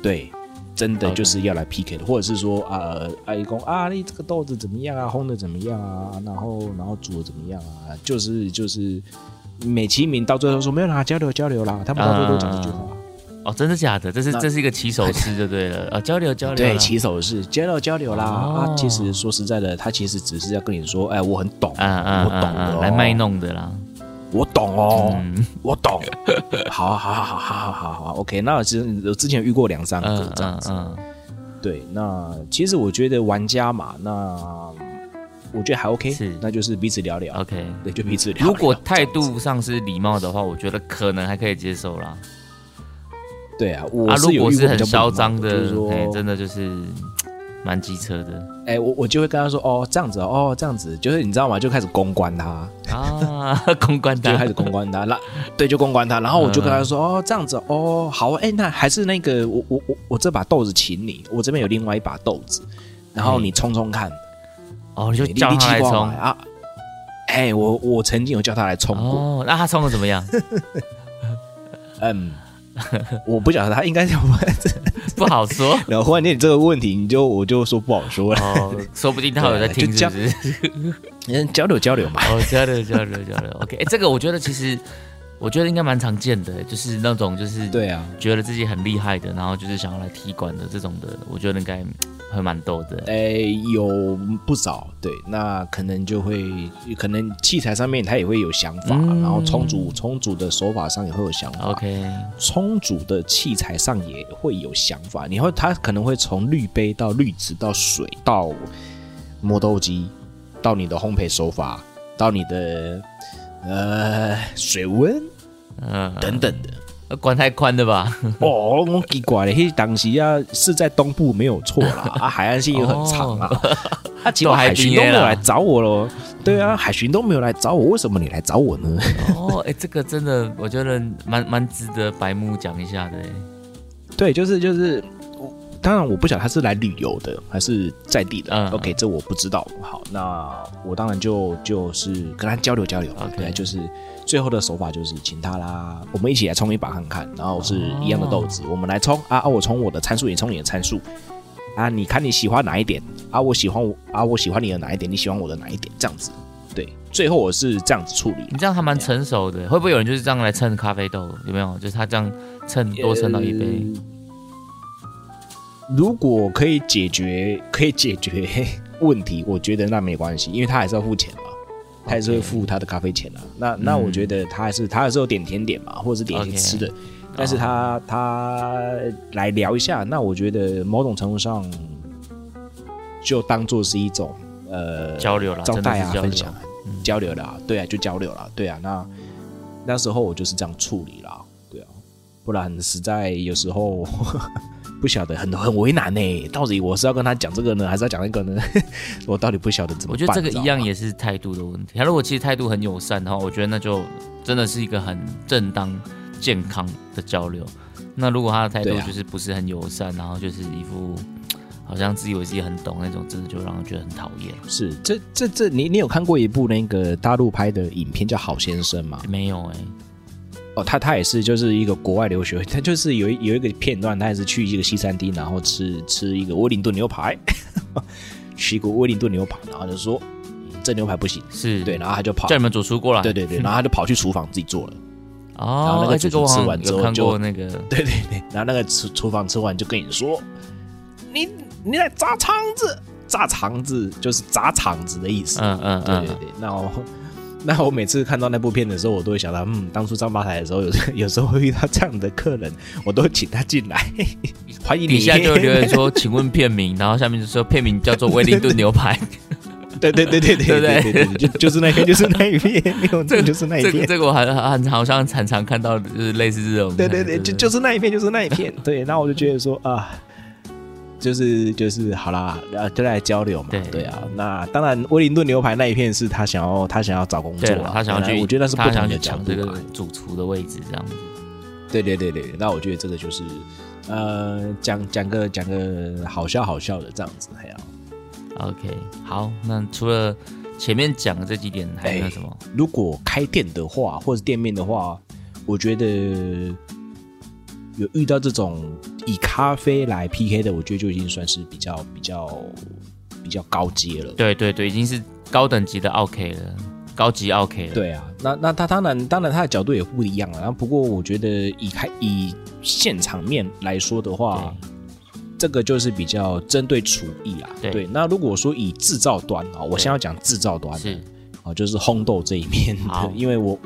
Speaker 3: 对。真的就是要来 PK 的，或者是说啊，呃阿姨公啊，你这个豆子怎么样啊，烘的怎么样啊，然后然后煮的怎么样啊，就是就是美其名到最后说没有啦，交流交流啦，他们到最后都讲这句话。
Speaker 2: 哦，真的假的？这是
Speaker 3: 那
Speaker 2: 这是一个起手式就对了。啊，交流交流。
Speaker 3: 对，起手是交流交流啦。
Speaker 2: 哦
Speaker 3: 啊，其实说实在的，他其实只是要跟你说，哎，我很懂，
Speaker 2: 啊啊
Speaker 3: 我
Speaker 2: 啊
Speaker 3: 懂的、
Speaker 2: 啊！
Speaker 3: 哦，
Speaker 2: 来卖，弄的啦。
Speaker 3: 我懂哦，
Speaker 2: 嗯，
Speaker 3: 我懂。好啊，好啊，好啊，好啊，好啊好啊，OK。那其实我之前有遇过两三个
Speaker 2: 嗯
Speaker 3: 这样子，
Speaker 2: 嗯
Speaker 3: 对。那其实我觉得玩家嘛，那我觉得还 OK，
Speaker 2: 是
Speaker 3: 那就是彼此聊聊，
Speaker 2: 嗯，OK。
Speaker 3: 对，就彼此聊聊。
Speaker 2: 如果
Speaker 3: 这样
Speaker 2: 态度上是礼貌的话，我觉得可能还可以接受啦。
Speaker 3: 对啊，
Speaker 2: 啊
Speaker 3: 我，
Speaker 2: 如
Speaker 3: 是有
Speaker 2: 果
Speaker 3: 遇过
Speaker 2: 很
Speaker 3: 比较不礼
Speaker 2: 嚣
Speaker 3: 貌
Speaker 2: 张
Speaker 3: 的，就是说
Speaker 2: 哎，真的就是嗯蛮机车
Speaker 3: [LAUGHS]
Speaker 2: 的
Speaker 3: 哎，我我就会跟他说，哦，这样子哦，哦，这样子，就是你知道吗？就开始公关他。
Speaker 2: 啊，公关
Speaker 3: 就
Speaker 2: 的
Speaker 3: 开始公关他，然对，就公关他，然后我就跟他说，
Speaker 2: 嗯
Speaker 3: 哦，这样子，哦，好，哎、那还是那个，我我我我这把豆子请你，我这边有另外一把豆子，然后你冲冲看，
Speaker 2: 哦，你就
Speaker 3: 哎
Speaker 2: 叫他来
Speaker 3: 你你
Speaker 2: 冲
Speaker 3: 来啊，哎、我我曾经有叫他来冲过，
Speaker 2: 哦，那他冲的怎么
Speaker 3: [LAUGHS]
Speaker 2: 样？
Speaker 3: 嗯， [LAUGHS] 我不晓得他应该是，
Speaker 2: 不好说。
Speaker 3: 然后忽然间你这个问题，你就我就说不好说了，
Speaker 2: 哦，说不定他有在听，是
Speaker 3: 对啊
Speaker 2: 不
Speaker 3: [LAUGHS]
Speaker 2: 是？
Speaker 3: 嗯， [LAUGHS] 交流交流嘛，
Speaker 2: 哦，交流交流交流。OK，哎、这个我觉得其实，我觉得应该蛮常见的，就是那种就是
Speaker 3: 对啊，
Speaker 2: 觉得自己很厉害的，然后就是想要来踢馆的这种的，我觉得应该嗯会蛮逗的。
Speaker 3: 哎、有不少，对，那可能就会，可能器材上面他也会有想法，
Speaker 2: 嗯
Speaker 3: 然后冲煮冲煮的手法上也会有想法
Speaker 2: OK，
Speaker 3: 冲煮的器材上也会有想法，你会他可能会从滤杯到滤纸到水到磨豆机，到你的烘焙手法，到你的呃水温
Speaker 2: 嗯、
Speaker 3: 等等的。
Speaker 2: 呃，管太宽的
Speaker 3: [LAUGHS]
Speaker 2: 吧？
Speaker 3: 哦，我奇怪了，迄当时啊是在东部没有错 [LAUGHS] 啦，啊海岸线也很长啊，啊结果海巡都没有来找我喽，对啊，海巡都没有来找我，为什么你来找我呢？
Speaker 2: 哦，哎、这个真的我觉得蛮蛮值得白木讲一下的。哎
Speaker 3: 对，就是就是，我当然我不晓得他是来旅游的还是在地的、
Speaker 2: 嗯
Speaker 3: o k 这我不知道。好，那我当然就就是跟他交流交流
Speaker 2: OK
Speaker 3: 对，就是最后的手法就是请他啦，我们一起来冲一把看看，然后是一样的豆
Speaker 2: 哦
Speaker 3: 子，我们来冲啊啊，我冲我的参数，你冲你的参数。啊，你看你喜欢哪一点啊？我喜欢我啊，我喜欢你的哪一点？你喜欢我的哪一点？这样子，对，最后我是这样子处理
Speaker 2: 你
Speaker 3: 啦。
Speaker 2: 这样还蛮成熟的，会不会有人就是这样来蹭咖啡豆？有没有？就是他这样蹭多蹭到一杯，
Speaker 3: 呃如果可以 [LAUGHS] 解决，可以解决问题，我觉得那没关系，因为他还是要付钱嘛。他也是会付他的咖啡钱啊。那
Speaker 2: 嗯
Speaker 3: 那我觉得他还是他还是有点甜点嘛，或者是点一些
Speaker 2: OK 哦
Speaker 3: 吃的，但是他他来聊一下，那我觉得某种程度上就当做是一种呃
Speaker 2: 交流啦，
Speaker 3: 招
Speaker 2: 真的
Speaker 3: 待
Speaker 2: 是
Speaker 3: 啊、
Speaker 2: 交
Speaker 3: 分
Speaker 2: 流
Speaker 3: 享。啊、交流啦，对啊，就交流啦，对啊。那那时候我就是这样处理啦，对啊，不然实在有时候 [LAUGHS] 不晓得很很为难呢、到底我是要跟他讲这个呢，还是要讲那个呢？ [LAUGHS] 我到底不晓得怎么
Speaker 2: 我
Speaker 3: 办。啊
Speaker 2: 觉得这个
Speaker 3: 你知道
Speaker 2: 一
Speaker 3: 吗
Speaker 2: 样也是态度的问题。他如果其实态度很友善的话，我觉得那就真的是一个很正当、健康的交流。那如果他的态度
Speaker 3: 对啊
Speaker 2: 就是不是很友善，然后就是一副好像自以为自己很懂那种，真的就让人觉得很讨厌。
Speaker 3: 是这这这，你你有看过一部那个大陆拍的影片叫《好先生》吗？
Speaker 2: 没有哎、
Speaker 3: 哦，他他也是就是一个国外留学，他就是有一有一个片段，他也是去一个西餐厅，然后吃吃一个威灵顿牛排， [LAUGHS] 吃一个威灵顿牛排，然后就说嗯这牛排不行，
Speaker 2: 是
Speaker 3: 对，然后他就跑，
Speaker 2: 叫你们主厨过来。
Speaker 3: 对对对，然后他就跑去厨房自己做了， [LAUGHS] 然后
Speaker 2: 哦
Speaker 3: 那，个
Speaker 2: 哎这
Speaker 3: 主
Speaker 2: 个
Speaker 3: 厨
Speaker 2: 我
Speaker 3: 吃
Speaker 2: 好
Speaker 3: 完
Speaker 2: 像
Speaker 3: 之后
Speaker 2: 有看
Speaker 3: 就
Speaker 2: 过那个，
Speaker 3: 对对对，然后那个厨厨房吃完就跟你说，你你来砸肠子，砸肠子就是砸场子的意思，
Speaker 2: 嗯嗯
Speaker 3: 对对
Speaker 2: 嗯，
Speaker 3: 对，那我 [LAUGHS] 那我每次看到那部片的时候，我都会想到，嗯，当初上吧台的时候，有 [LAUGHS] 时有时候会遇到这样的客人，我都会请他进来， [LAUGHS] 欢迎你。
Speaker 2: 底下
Speaker 3: [LAUGHS]
Speaker 2: 就留言说，请问片名，然后下面就说片名叫做威灵顿牛
Speaker 3: [LAUGHS]
Speaker 2: 排。
Speaker 3: 对对对对对
Speaker 2: 对
Speaker 3: 对
Speaker 2: 对
Speaker 3: 对对，
Speaker 2: [LAUGHS]
Speaker 3: 就就是那个就是那一片， [LAUGHS] 没有，
Speaker 2: 这个
Speaker 3: 就是那一
Speaker 2: 这个
Speaker 3: 片。
Speaker 2: 这个我还很好像常常看到，就是类似这种。
Speaker 3: 对对对，就就是那一片，就是那一片。对，然后我就觉得说啊，就是就是好啦，啊，就来交流嘛。
Speaker 2: 对
Speaker 3: 对啊，那当然，威灵顿牛排那一片是他想要他想要找工作
Speaker 2: 对
Speaker 3: 啊
Speaker 2: 了，他想要
Speaker 3: 对啊
Speaker 2: 去，
Speaker 3: 我觉得那是不
Speaker 2: 他想
Speaker 3: 同
Speaker 2: 要去
Speaker 3: 的角
Speaker 2: 抢
Speaker 3: 度啊
Speaker 2: 这
Speaker 3: 嘛
Speaker 2: 个主厨的位置，这样子。
Speaker 3: 对对对对，那我觉得这个就是，呃，讲讲个讲个好笑好笑的这样子，啊还有，
Speaker 2: OK，好，那除了前面讲的这几点，还有没有什么？
Speaker 3: 如果开店的话，或者店面的话，我觉得有遇到这种以咖啡来 PK 的，我觉得就已经算是比较比较比较高阶了。
Speaker 2: 对对对，已经是高等级的 OK 了，高级 OK 了。
Speaker 3: 对啊，那那他当然当然他的角度也不一样了。那不过我觉得以开以现场面来说的话，这个就是比较针对厨艺啊。
Speaker 2: 对
Speaker 3: 那如果说以制造端啊、我先要讲制造端
Speaker 2: 是
Speaker 3: 哦，就是烘豆这一面的
Speaker 2: 好，
Speaker 3: [LAUGHS] 因为我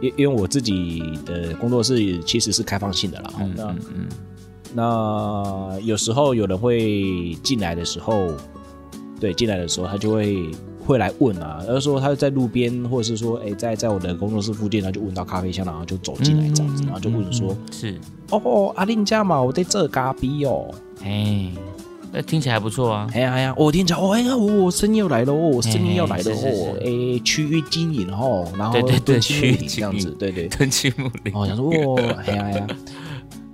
Speaker 3: 因因为我自己的工作室其实是开放性的啦。哦
Speaker 2: 嗯
Speaker 3: 那、
Speaker 2: 嗯嗯，
Speaker 3: 那有时候有人会进来的时候，对，进来的时候他就会会来问啊，他就说他在路边，或者是说，哎、在在我的工作室附近，他就闻到咖啡香，然啊后就走进来这样子，然后就问说，
Speaker 2: 嗯是，
Speaker 3: 哦哦，阿令家嘛，我在这咖啡哦，
Speaker 2: 哎，那听起来还不错啊。
Speaker 3: 哎呀哎呀，我听讲，哦哎呀，我我生意要来了哦，我生意要来了
Speaker 2: 哎是是
Speaker 3: 哦，哎，区域经营哦，然后
Speaker 2: 对对对
Speaker 3: 蹲青
Speaker 2: 区域
Speaker 3: 木里这样
Speaker 2: 经
Speaker 3: 子，
Speaker 2: 营
Speaker 3: 对对，
Speaker 2: 吞金木林
Speaker 3: 然，后我想说，哇，哎呀哎呀，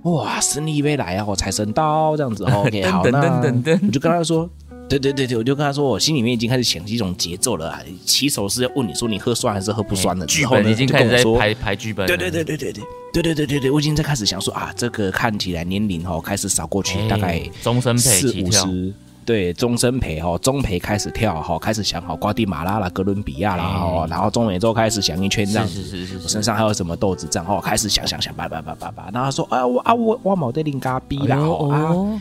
Speaker 3: 哇，生意没来啊，我才神刀这样子哦，OK，
Speaker 2: [LAUGHS]
Speaker 3: 好，
Speaker 2: 噔
Speaker 3: 那
Speaker 2: 噔噔噔
Speaker 3: 我就跟他说，对对对对，我就跟他说，我心里面已经开始想起一种节奏了啊，起手是要问你说你喝酸还是喝不酸了，
Speaker 2: 哎剧
Speaker 3: 之后
Speaker 2: 本
Speaker 3: 呢
Speaker 2: 已经
Speaker 3: 就
Speaker 2: 开
Speaker 3: 跟
Speaker 2: 始
Speaker 3: 我
Speaker 2: 在
Speaker 3: 说，
Speaker 2: 排排剧本了。
Speaker 3: 对对对对对对。对对对对对，我已经在开始想说啊，这个看起来年龄哦开始少过去，
Speaker 2: 哎，
Speaker 3: 大概
Speaker 2: 终身配
Speaker 3: 四
Speaker 2: 起
Speaker 3: 五
Speaker 2: 跳，
Speaker 3: 十，对，终身陪哈，中陪开始跳哈，开始想好瓜地马拉啦、哥伦比亚啦
Speaker 2: 哎
Speaker 3: 哦，然后中美洲开始想一圈这样
Speaker 2: 是
Speaker 3: 子，
Speaker 2: 是是是
Speaker 3: 我
Speaker 2: 是，
Speaker 3: 身上还有什么豆子这样哦，开始想想想，叭叭叭叭叭，然后他说啊我啊我我冇得拎咖啡啦
Speaker 2: 哎呦
Speaker 3: 哦啊，
Speaker 2: 哦，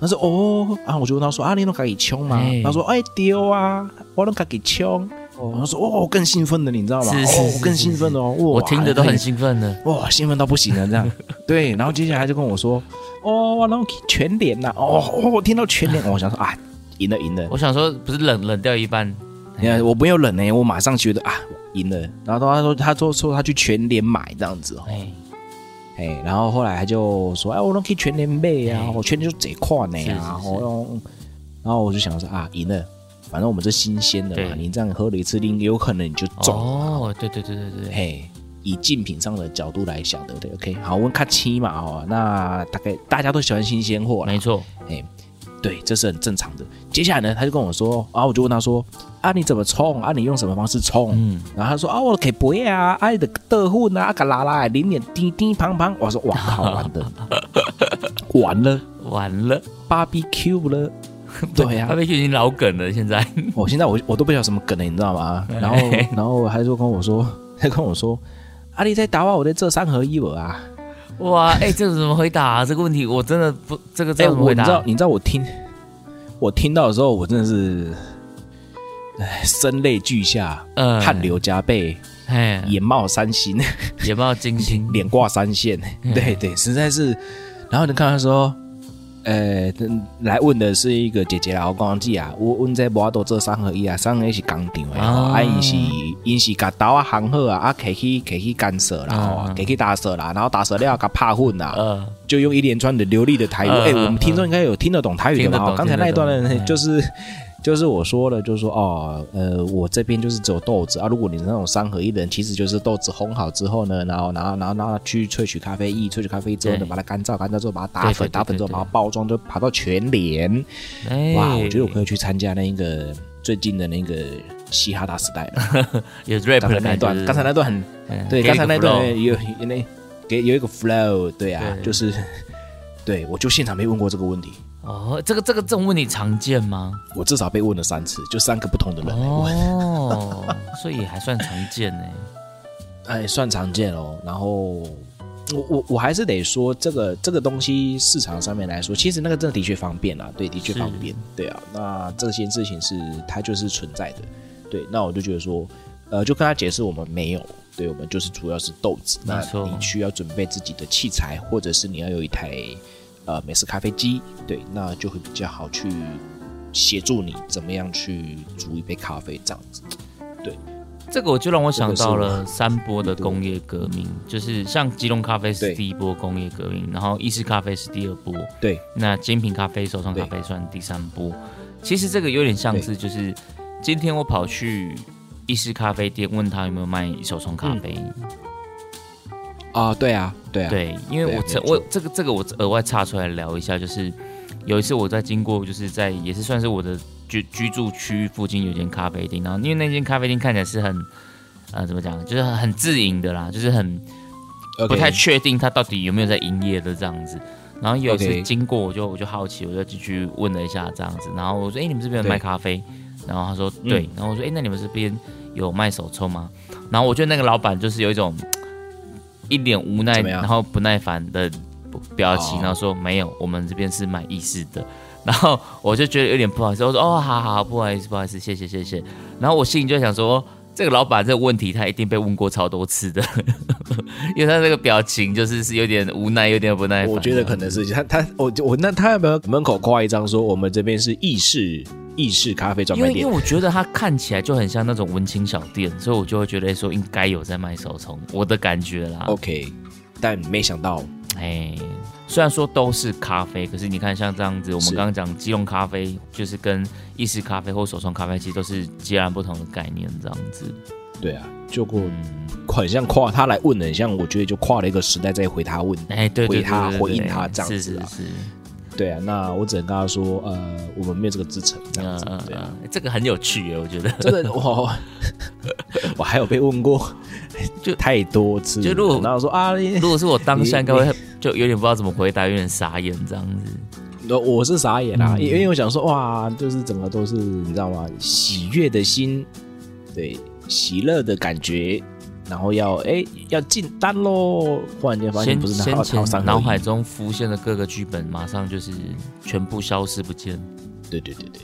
Speaker 3: 他说哦啊，我就问他说啊你都自己冲吗
Speaker 2: 哎？
Speaker 3: 他说哎丢啊，我都自己冲。然后说哦，我更兴奋了，你知道吗？
Speaker 2: 是是
Speaker 3: 哦
Speaker 2: 是，
Speaker 3: 更
Speaker 2: 是
Speaker 3: 兴奋哦，哇
Speaker 2: 我听着都很兴奋的。
Speaker 3: 哇，兴奋到不行了，这样。 [LAUGHS] 对，然后接下来就跟我说，哦，我弄全脸呐、哦哦，我听到
Speaker 2: [LAUGHS]
Speaker 3: 全脸，我想说啊，赢了赢了，
Speaker 2: 我想说，不是冷冷掉一半，
Speaker 3: 你看我没有冷呢、我马上觉得啊，赢了。然后他说他说说他去全脸买这样子哦，
Speaker 2: 哎，
Speaker 3: 哎，然后后来他就说，哎，我弄去全脸背啊，
Speaker 2: 哎
Speaker 3: 我全脸就贼款呢
Speaker 2: 是是
Speaker 3: 啊，
Speaker 2: 是
Speaker 3: 我用，然后我就想说啊，赢了，反正我们是新鲜的嘛，
Speaker 2: 对
Speaker 3: 你这样喝了一次，另有可能你就中了
Speaker 2: 哦，对对对对对，
Speaker 3: 嘿，以竞品上的角度来想，对不对？OK，好，我们看七嘛，哦，那大概大家都喜欢新鲜货啦
Speaker 2: 没，错，
Speaker 3: 哎，对，这是很正常的。接下来呢，他就跟我说，啊，我就问他说，啊，你怎么冲？啊，你用什么方式冲？
Speaker 2: 嗯，
Speaker 3: 然后他说啊，我可以不要啊，爱的得混啊，啊嘎啦啦，零点滴滴胖胖。我说哇， [LAUGHS] 好玩的，完了
Speaker 2: 完了，
Speaker 3: ，BBQ 了， [LAUGHS] 对啊呀、
Speaker 2: 他被已经老梗了，现在
Speaker 3: 我、现在我我都不知道什么梗了，你知道吗？然后然后他就跟我说，他跟我说，阿、啊、你在打我，我在这三合一我啊。
Speaker 2: [LAUGHS] 哇，哎，这个怎么回答啊？这个问题我真的不，这个
Speaker 3: 哎、
Speaker 2: 这个怎么
Speaker 3: 我
Speaker 2: 回
Speaker 3: 你知道
Speaker 2: 答？
Speaker 3: 你知道我听我听到的时候，我真的是唉哎声泪俱下，
Speaker 2: 嗯
Speaker 3: 汗流浃背，
Speaker 2: 哎，也
Speaker 3: 眼冒三星， [LAUGHS]
Speaker 2: 也不知道金星
Speaker 3: 脸挂三线，
Speaker 2: 嗯
Speaker 3: 对对，实在是。然后你看他说，呃，来问的是一个姐姐啦，我讲姐啊，我问这无多做三合一啊，三合一是工厂的吼，
Speaker 2: 啊
Speaker 3: 啊，因是因是甲刀啊行好啊，啊，摕去摕去干涉啦，吼、
Speaker 2: 嗯
Speaker 3: 摕去打射啦，然后打射了甲拍混啦，
Speaker 2: [LAUGHS] 呃，
Speaker 3: 就用一连串的流利的台语。
Speaker 2: 嗯
Speaker 3: 哎、
Speaker 2: 嗯
Speaker 3: 我们听众应该有听得懂台语的
Speaker 2: 听得
Speaker 3: 吧？
Speaker 2: 懂嗯
Speaker 3: 刚才那一段
Speaker 2: 听得
Speaker 3: 呢，
Speaker 2: 懂
Speaker 3: 就是就是我说了，就是说哦，呃，我这边就是只有豆子啊。如果你是那种三合一的人，其实就是豆子烘好之后呢，然后然后然后然后去萃取咖啡液，萃取咖啡之后呢，
Speaker 2: 对
Speaker 3: 把它干燥，干燥之后把它
Speaker 2: 对
Speaker 3: 打
Speaker 2: 对
Speaker 3: 粉，
Speaker 2: 对
Speaker 3: 打粉之后
Speaker 2: 对
Speaker 3: 把它包装，就跑到全联。
Speaker 2: 哎，
Speaker 3: 哇，我觉得我可以去参加那个最近的那个嘻哈大时代了。
Speaker 2: [LAUGHS] 有 rap
Speaker 3: 刚
Speaker 2: 的
Speaker 3: 才那一
Speaker 2: 感
Speaker 3: 段，
Speaker 2: 觉，
Speaker 3: 刚才那段很
Speaker 2: 哎
Speaker 3: 对，
Speaker 2: 给你
Speaker 3: 刚才那
Speaker 2: 个 flow
Speaker 3: 段有有有那给有一个 flow，对啊，
Speaker 2: 对
Speaker 3: 就是对我就现场被问过这个问题，
Speaker 2: 哦，这个这个这种问题常见吗？
Speaker 3: 我至少被问了三次，就三个不同的人欸来问，
Speaker 2: 哦，所以也还算常见呢。
Speaker 3: 哎，算常见哦。然后我我我还是得说，这个这个东西市场上面来说，其实那个真的的确方便啊，对，的确
Speaker 2: 是
Speaker 3: 方便，对啊。那这些事情是它就是存在的，对。那我就觉得说，呃，就跟他解释我们没有。对，我们就是主要是豆子。那
Speaker 2: 没错
Speaker 3: 你需要准备自己的器材，或者是你要有一台呃美式咖啡机，对，那就会比较好去协助你怎么样去煮一杯咖啡这样子。
Speaker 2: 这个我就让我想到
Speaker 3: 这
Speaker 2: 了三波的工业革命，就是像吉隆咖啡是
Speaker 3: 对
Speaker 2: 第一波工业革命，然后意式咖啡是第二波，
Speaker 3: 对，
Speaker 2: 那精品咖啡、手冲咖啡算第三波。其实这个有点像是，就是今天我跑去意式咖啡店问他有没有卖手冲咖啡，
Speaker 3: 啊，对啊，嗯对啊，
Speaker 2: 对，因为
Speaker 3: 对
Speaker 2: 我
Speaker 3: 没
Speaker 2: 曾
Speaker 3: 错
Speaker 2: 我这个这个我额外岔出来聊一下，就是有一次我在经过，就是在也是算是我的居居住区附近有间咖啡厅，然后因为那间咖啡厅看起来是很呃怎么讲，就是很很自营的啦，就是很
Speaker 3: OK
Speaker 2: 不太确定它到底有没有在营业的这样子。然后有一次
Speaker 3: OK
Speaker 2: 经过，我就我就好奇，我就进去问了一下这样子。然后我说：“哎、你们这边有卖
Speaker 3: 对
Speaker 2: 咖啡？”然后他说：“
Speaker 3: 嗯
Speaker 2: 对。然后我说：“哎、那你们这边有卖手抽吗？”然后我觉得那个老板就是有一种一脸无奈，
Speaker 3: 怎么样
Speaker 2: 然后不耐烦的表情，
Speaker 3: 哦
Speaker 2: 然后说：“没有，我们这边是卖意式的。”然后我就觉得有点不好意思，我说：“哦，好好好，不好意思，不好意思，谢谢谢谢。”然后我心里就想说，这个老板这个问题他一定被问过超多次的， [LAUGHS] 因为他这个表情就是是有点无奈，有点不耐烦。
Speaker 3: 我觉得可能是他他我我那他有没有门口挂一张说我们这边是意式意式咖啡专
Speaker 2: 因
Speaker 3: 卖
Speaker 2: 为因
Speaker 3: 店
Speaker 2: 为？我觉得他看起来就很像那种文青小店，所以我就会觉得说应该有在卖手冲，我的感觉啦。
Speaker 3: OK，但没想到
Speaker 2: 哎，虽然说都是咖啡，可是你看像这样子，我们
Speaker 3: 是
Speaker 2: 刚刚讲即溶咖啡，就是跟意式咖啡或手冲咖啡，其实都是截然不同的概念，这样子。
Speaker 3: 对啊，就过
Speaker 2: 嗯，
Speaker 3: 很像跨他来问很像我觉得就跨了一个时代在回他问，
Speaker 2: 哎，对对
Speaker 3: 回
Speaker 2: 对
Speaker 3: 他
Speaker 2: 对对
Speaker 3: 回
Speaker 2: 对
Speaker 3: 应他这样
Speaker 2: 是
Speaker 3: 子
Speaker 2: 是
Speaker 3: 啊，
Speaker 2: 是，
Speaker 3: 对啊，那我只能跟他说呃我们没有这个支撑这样
Speaker 2: 嗯
Speaker 3: 子，
Speaker 2: 嗯
Speaker 3: 对啊。
Speaker 2: 嗯，这个很有趣耶，我觉得。
Speaker 3: 这个我 [LAUGHS] 我还有被问过，
Speaker 2: 就
Speaker 3: 太多次了，
Speaker 2: 就如果
Speaker 3: 然后说啊，你
Speaker 2: [LAUGHS] 如果是我当下，
Speaker 3: 你
Speaker 2: 应该会就有点不知道怎么回答，有点傻眼这样子。
Speaker 3: 我我是傻眼啦、啊
Speaker 2: 嗯
Speaker 3: 因、因为我想说，哇，就是整个都是你知道吗？喜悦的心，对，喜乐的感觉，然后要哎、要进单喽，忽然间发现
Speaker 2: 先
Speaker 3: 不是拿
Speaker 2: 先
Speaker 3: 到套
Speaker 2: 前
Speaker 3: 三
Speaker 2: 脑
Speaker 3: 合
Speaker 2: 海
Speaker 3: 一，
Speaker 2: 中浮现的各个剧本，马上就是全部消失不见。
Speaker 3: 对对对对，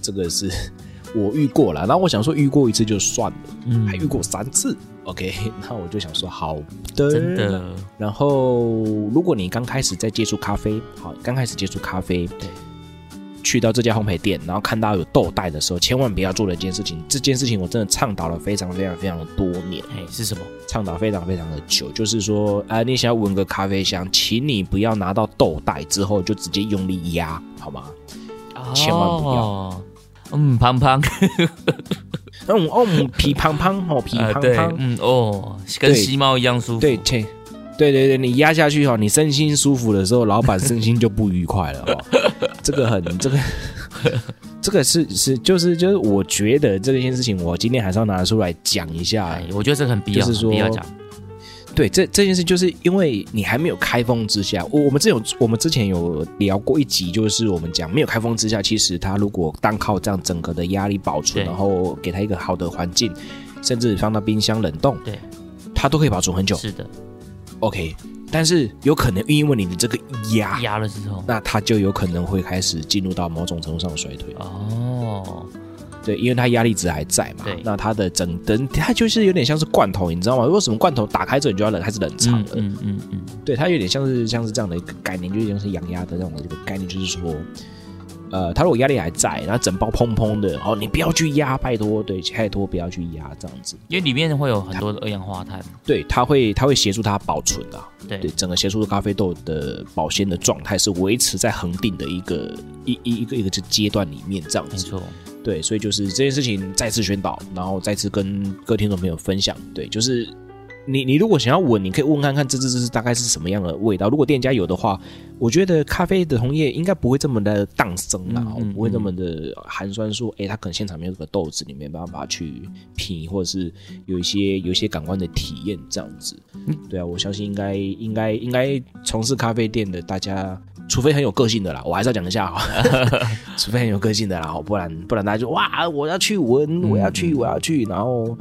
Speaker 3: 这个是 [LAUGHS] 我遇过了，然后我想说遇过一次就算了，
Speaker 2: 嗯
Speaker 3: 还遇过三次，OK，那我就想说好的，
Speaker 2: 真的，
Speaker 3: 然后，如果你刚开始在接触咖啡，好，刚开始接触咖啡，对，去到这家烘焙店，然后看到有豆袋的时候，千万不要做的一件事情。这件事情我真的倡导了非常非常非常的多年，
Speaker 2: 哎，是什么？
Speaker 3: 倡导非常非常的久。就是说，啊、你想要闻个咖啡香，请你不要拿到豆袋之后就直接用力压，好吗？千万不要
Speaker 2: 哦。嗯，胖胖，
Speaker 3: 嗯哦，嗯皮胖胖哦，皮
Speaker 2: 呃
Speaker 3: 胖
Speaker 2: 对
Speaker 3: 胖，，
Speaker 2: 嗯哦，跟
Speaker 3: 对
Speaker 2: 吸猫一样舒服。
Speaker 3: 对，切，对对对，你压下去哦，你身心舒服的时候，老板身心就不愉快了
Speaker 2: [LAUGHS]
Speaker 3: 哦。这个很，这个，这个是是就是就是，我觉得这件事情，我今天还是要拿出来讲一下
Speaker 2: 哎。，我觉得这个很必要，
Speaker 3: 就是说
Speaker 2: 很必要讲。
Speaker 3: 对，这这件事就是因为你还没有开封之下，我我们之前有我们之前有聊过一集，就是我们讲没有开封之下，其实他如果单靠这样整个的压力保
Speaker 2: 对
Speaker 3: 存，然后给他一个好的环境，甚至放到冰箱冷冻，
Speaker 2: 对，
Speaker 3: 它都可以保存很久。
Speaker 2: 是的，
Speaker 3: OK，但是有可能因为你的这个压，
Speaker 2: 压了之后，啊
Speaker 3: 那它就有可能会开始进入到某种程度上的衰退。
Speaker 2: 哦，
Speaker 3: 对，因为它压力值还在嘛
Speaker 2: 对，
Speaker 3: 那它的整整它就是有点像是罐头，你知道吗？为什么罐头打开之后你就要冷开始冷藏
Speaker 2: 嗯
Speaker 3: 了？
Speaker 2: 嗯嗯嗯，
Speaker 3: 对，它有点像是像是这样的一个概念，就有点像是养鸭的那种一个概念，就是说，呃，它如果压力还在，然后整包砰砰的，哦，你不要去压，拜托，对，拜托不要去压这样子，
Speaker 2: 因为里面会有很多的二氧化碳，
Speaker 3: 对，它会它会协助它保存啊，
Speaker 2: 对
Speaker 3: 对，整个协助咖啡豆的保鲜的状态是维持在恒定的一个一一一个一个阶段里面这样
Speaker 2: 没
Speaker 3: 子，
Speaker 2: 错，
Speaker 3: 对，所以就是这件事情再次宣导，然后再次跟各位听众朋友分享。对，就是你你如果想要闻，你可以问看看这这这是大概是什么样的味道。如果店家有的话，我觉得咖啡的同业应该不会这么的荡生啦，
Speaker 2: 嗯嗯
Speaker 3: 不会这么的寒酸说，哎、他可能现场没有这个豆子，你没办法去品，或者是有一些有一些感官的体验这样子。
Speaker 2: 嗯
Speaker 3: 对啊，我相信应该应该应该从事咖啡店的大家，除非很有个性的啦，我还是要讲一下哈，
Speaker 2: [LAUGHS]
Speaker 3: 除非很有个性的啦，好不然不然大家就哇，我要去闻，我要
Speaker 2: 嗯
Speaker 3: 去，我要去，然后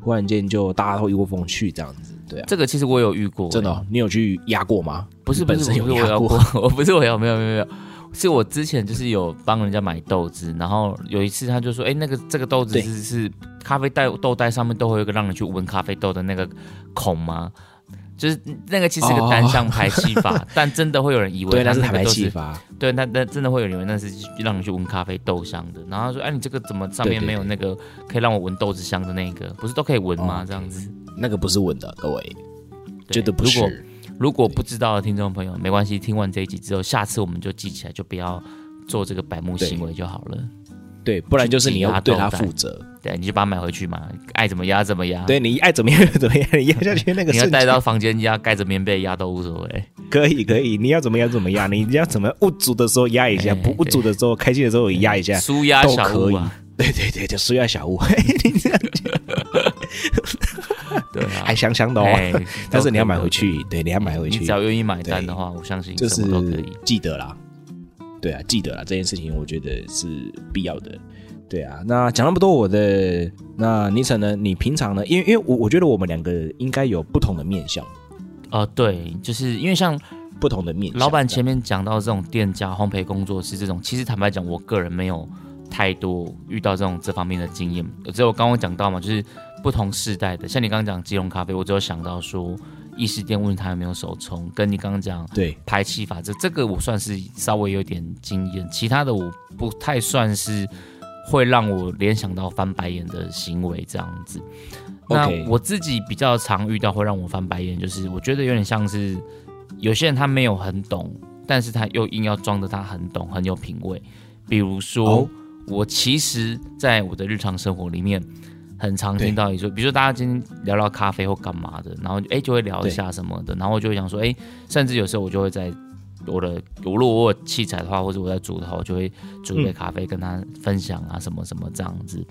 Speaker 3: 忽然间就大家都一窝蜂去这样子，对啊，
Speaker 2: 这个其实我有遇过，
Speaker 3: 真的哦、你有去压过吗？
Speaker 2: 不是
Speaker 3: 你
Speaker 2: 不
Speaker 3: 本
Speaker 2: 是不
Speaker 3: 身
Speaker 2: 是
Speaker 3: 有
Speaker 2: 我
Speaker 3: 压
Speaker 2: 要
Speaker 3: 过
Speaker 2: 过， [LAUGHS] 我不是我要没有没有没有，是我之前就是有帮人家买豆子，然后有一次他就说，哎、那个这个豆子
Speaker 3: 对
Speaker 2: 是是咖啡袋豆袋上面都会有一个让你去闻咖啡豆的那个孔吗？就是那个其实是个单向排气法，
Speaker 3: [LAUGHS]
Speaker 2: 但真的会有人以为
Speaker 3: [LAUGHS] 哦对，
Speaker 2: 它
Speaker 3: 那是
Speaker 2: 那
Speaker 3: 坦
Speaker 2: 个
Speaker 3: 白
Speaker 2: 豆
Speaker 3: 气
Speaker 2: 子，
Speaker 3: 阀，
Speaker 2: 对，那那真的会有人以为那是让你去闻咖啡豆香的。然后他说，哎、你这个怎么上面
Speaker 3: 对对
Speaker 2: 没有那个可以让我闻豆子香的那个？不是都可以闻吗？
Speaker 3: 哦
Speaker 2: 这样子，
Speaker 3: 那个不是闻的，各位，
Speaker 2: 对
Speaker 3: 绝对不
Speaker 2: 如果
Speaker 3: 是。
Speaker 2: 如果不知道的听众朋友，没关系，听完这一集之后，下次我们就记起来，就不要做这个百慕行为就好了。
Speaker 3: 对，不然就是你
Speaker 2: 去挤压
Speaker 3: 要对它
Speaker 2: 豆袋
Speaker 3: 负责，
Speaker 2: 对，你就把它买回去嘛，爱怎么压怎么压。
Speaker 3: 对你爱怎么样就怎么样，你 [LAUGHS] 压下去那个
Speaker 2: 你要
Speaker 3: 瞬
Speaker 2: 带
Speaker 3: 间
Speaker 2: 到房间压，盖着棉被压都无所
Speaker 3: [LAUGHS]
Speaker 2: 谓。
Speaker 3: 可以可以，你要怎么样怎么样，你要怎么不足的时候压一下，
Speaker 2: 哎
Speaker 3: 不不足的时候开心的时候也压一下，
Speaker 2: 舒压
Speaker 3: 都
Speaker 2: 小
Speaker 3: 可
Speaker 2: 屋
Speaker 3: 以
Speaker 2: 啊，
Speaker 3: 对对对，就输压小屋，嘿 [LAUGHS] 你这样
Speaker 2: 对啊，
Speaker 3: [LAUGHS] 还香香的
Speaker 2: 哎
Speaker 3: 哦。但是你要买回，
Speaker 2: 都可
Speaker 3: 去，对，你要买回
Speaker 2: 以你
Speaker 3: 去
Speaker 2: 只，要愿意买单的话，我相信
Speaker 3: 就
Speaker 2: 什
Speaker 3: 是
Speaker 2: 么都可以。
Speaker 3: 记得啦，对啊，记得啦，这件事情我觉得是必要的。对啊，那讲那么多，我的那尼晨呢？你平常呢？因为因为我我觉得我们两个应该有不同的面向，
Speaker 2: 哦，对，就是因为像
Speaker 3: 不同的面向。
Speaker 2: 老板前面讲到这种店家、烘焙工作室这种，其实坦白讲，我个人没有太多遇到这种这方面的经验。只有刚刚讲到嘛，就是不同世代的，像你刚刚讲基隆咖啡，我只有想到说意式店问他有没有手冲，跟你刚刚讲
Speaker 3: 对
Speaker 2: 排气法这这个我算是稍微有点经验，其他的我不太算是会让我联想到翻白眼的行为这样子。那
Speaker 3: OK
Speaker 2: 我自己比较常遇到会让我翻白眼，就是我觉得有点像是有些人他没有很懂，但是他又硬要装的他很懂，很有品味。比如说，
Speaker 3: 哦
Speaker 2: 我其实在我的日常生活里面，很常
Speaker 3: 对
Speaker 2: 听到你说，比如说大家今天聊聊咖啡或干嘛的，然后哎就会聊一
Speaker 3: 对
Speaker 2: 下什么的，然后我就会想说，哎，甚至有时候我就会在我的，我如果我有器材的话，或者我在煮的话，我就会煮一杯咖啡跟他分享啊，什么什么这样子，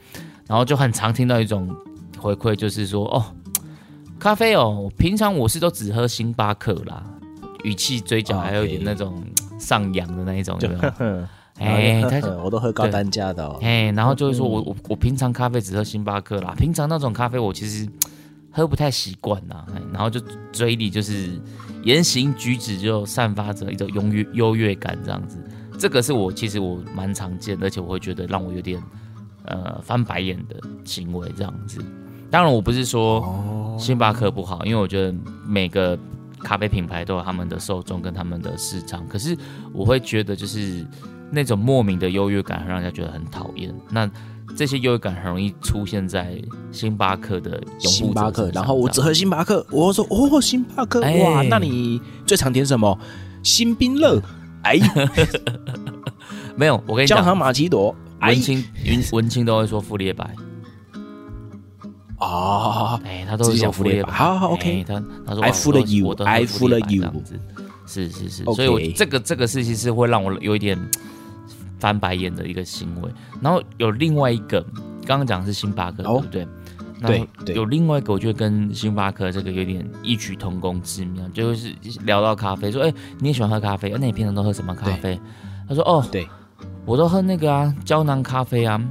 Speaker 2: 然后就很常听到一种回馈，就是说哦，咖啡哦，我平常我是都只喝星巴克啦，语气嘴角
Speaker 3: 啊
Speaker 2: 还有一点
Speaker 3: OK
Speaker 2: 那种上扬的那一种，有没有
Speaker 3: 哼，
Speaker 2: [LAUGHS] 哎，
Speaker 3: 呵
Speaker 2: 他
Speaker 3: 呵 [LAUGHS] 我都喝高单价的哦。
Speaker 2: 哎，然后就会说我我我平常咖啡只喝星巴克啦，平常那种咖啡我其实喝不太习惯呐，哎然后就嘴里就是言行举止就散发着一种优越优越感这样子，这个是我其实我蛮常见的，而且我会觉得让我有点呃翻白眼的行为这样子。当然我不是说
Speaker 3: 哦
Speaker 2: 星巴克不好，因为我觉得每个咖啡品牌都有他们的受众跟他们的市场，可是我会觉得就是那种莫名的优越感，让人家觉得很讨厌。那这些优越感很容易出现在星巴克的拥护
Speaker 3: 星巴
Speaker 2: 者
Speaker 3: 克
Speaker 2: 身，上
Speaker 3: 然后我只喝星巴克，我说哦，星巴克，
Speaker 2: 哎
Speaker 3: 哇，那你最常点什么？新冰乐，
Speaker 2: [LAUGHS]
Speaker 3: 哎，
Speaker 2: 没有。我跟你
Speaker 3: 焦糖
Speaker 2: 讲，
Speaker 3: 玛奇朵，哎
Speaker 2: 文，青文文青都会说傅列白，
Speaker 3: 啊，
Speaker 2: 哎，他都会
Speaker 3: 只
Speaker 2: 说
Speaker 3: 讲
Speaker 2: 傅
Speaker 3: 傅
Speaker 2: 列
Speaker 3: 列
Speaker 2: 白。
Speaker 3: 白好好
Speaker 2: 哎
Speaker 3: ，OK
Speaker 2: 他他说
Speaker 3: I
Speaker 2: 哦我都
Speaker 3: fool you，
Speaker 2: 我都
Speaker 3: I
Speaker 2: 喝傅列白
Speaker 3: fool you
Speaker 2: 这样子是是是，
Speaker 3: OK
Speaker 2: 所以我这个这个事情是会让我有一点翻白眼的一个行为。然后有另外一个，刚刚讲的是星巴克，
Speaker 3: 哦
Speaker 2: 对不对？
Speaker 3: 对对
Speaker 2: 有另外一个，我觉得跟星巴克这个有点异曲同工之妙，就是聊到咖啡，说哎、你也喜欢喝咖啡，那你平常都喝什么咖啡？他说哦，
Speaker 3: 对，
Speaker 2: 我都喝那个啊，胶囊咖啡啊。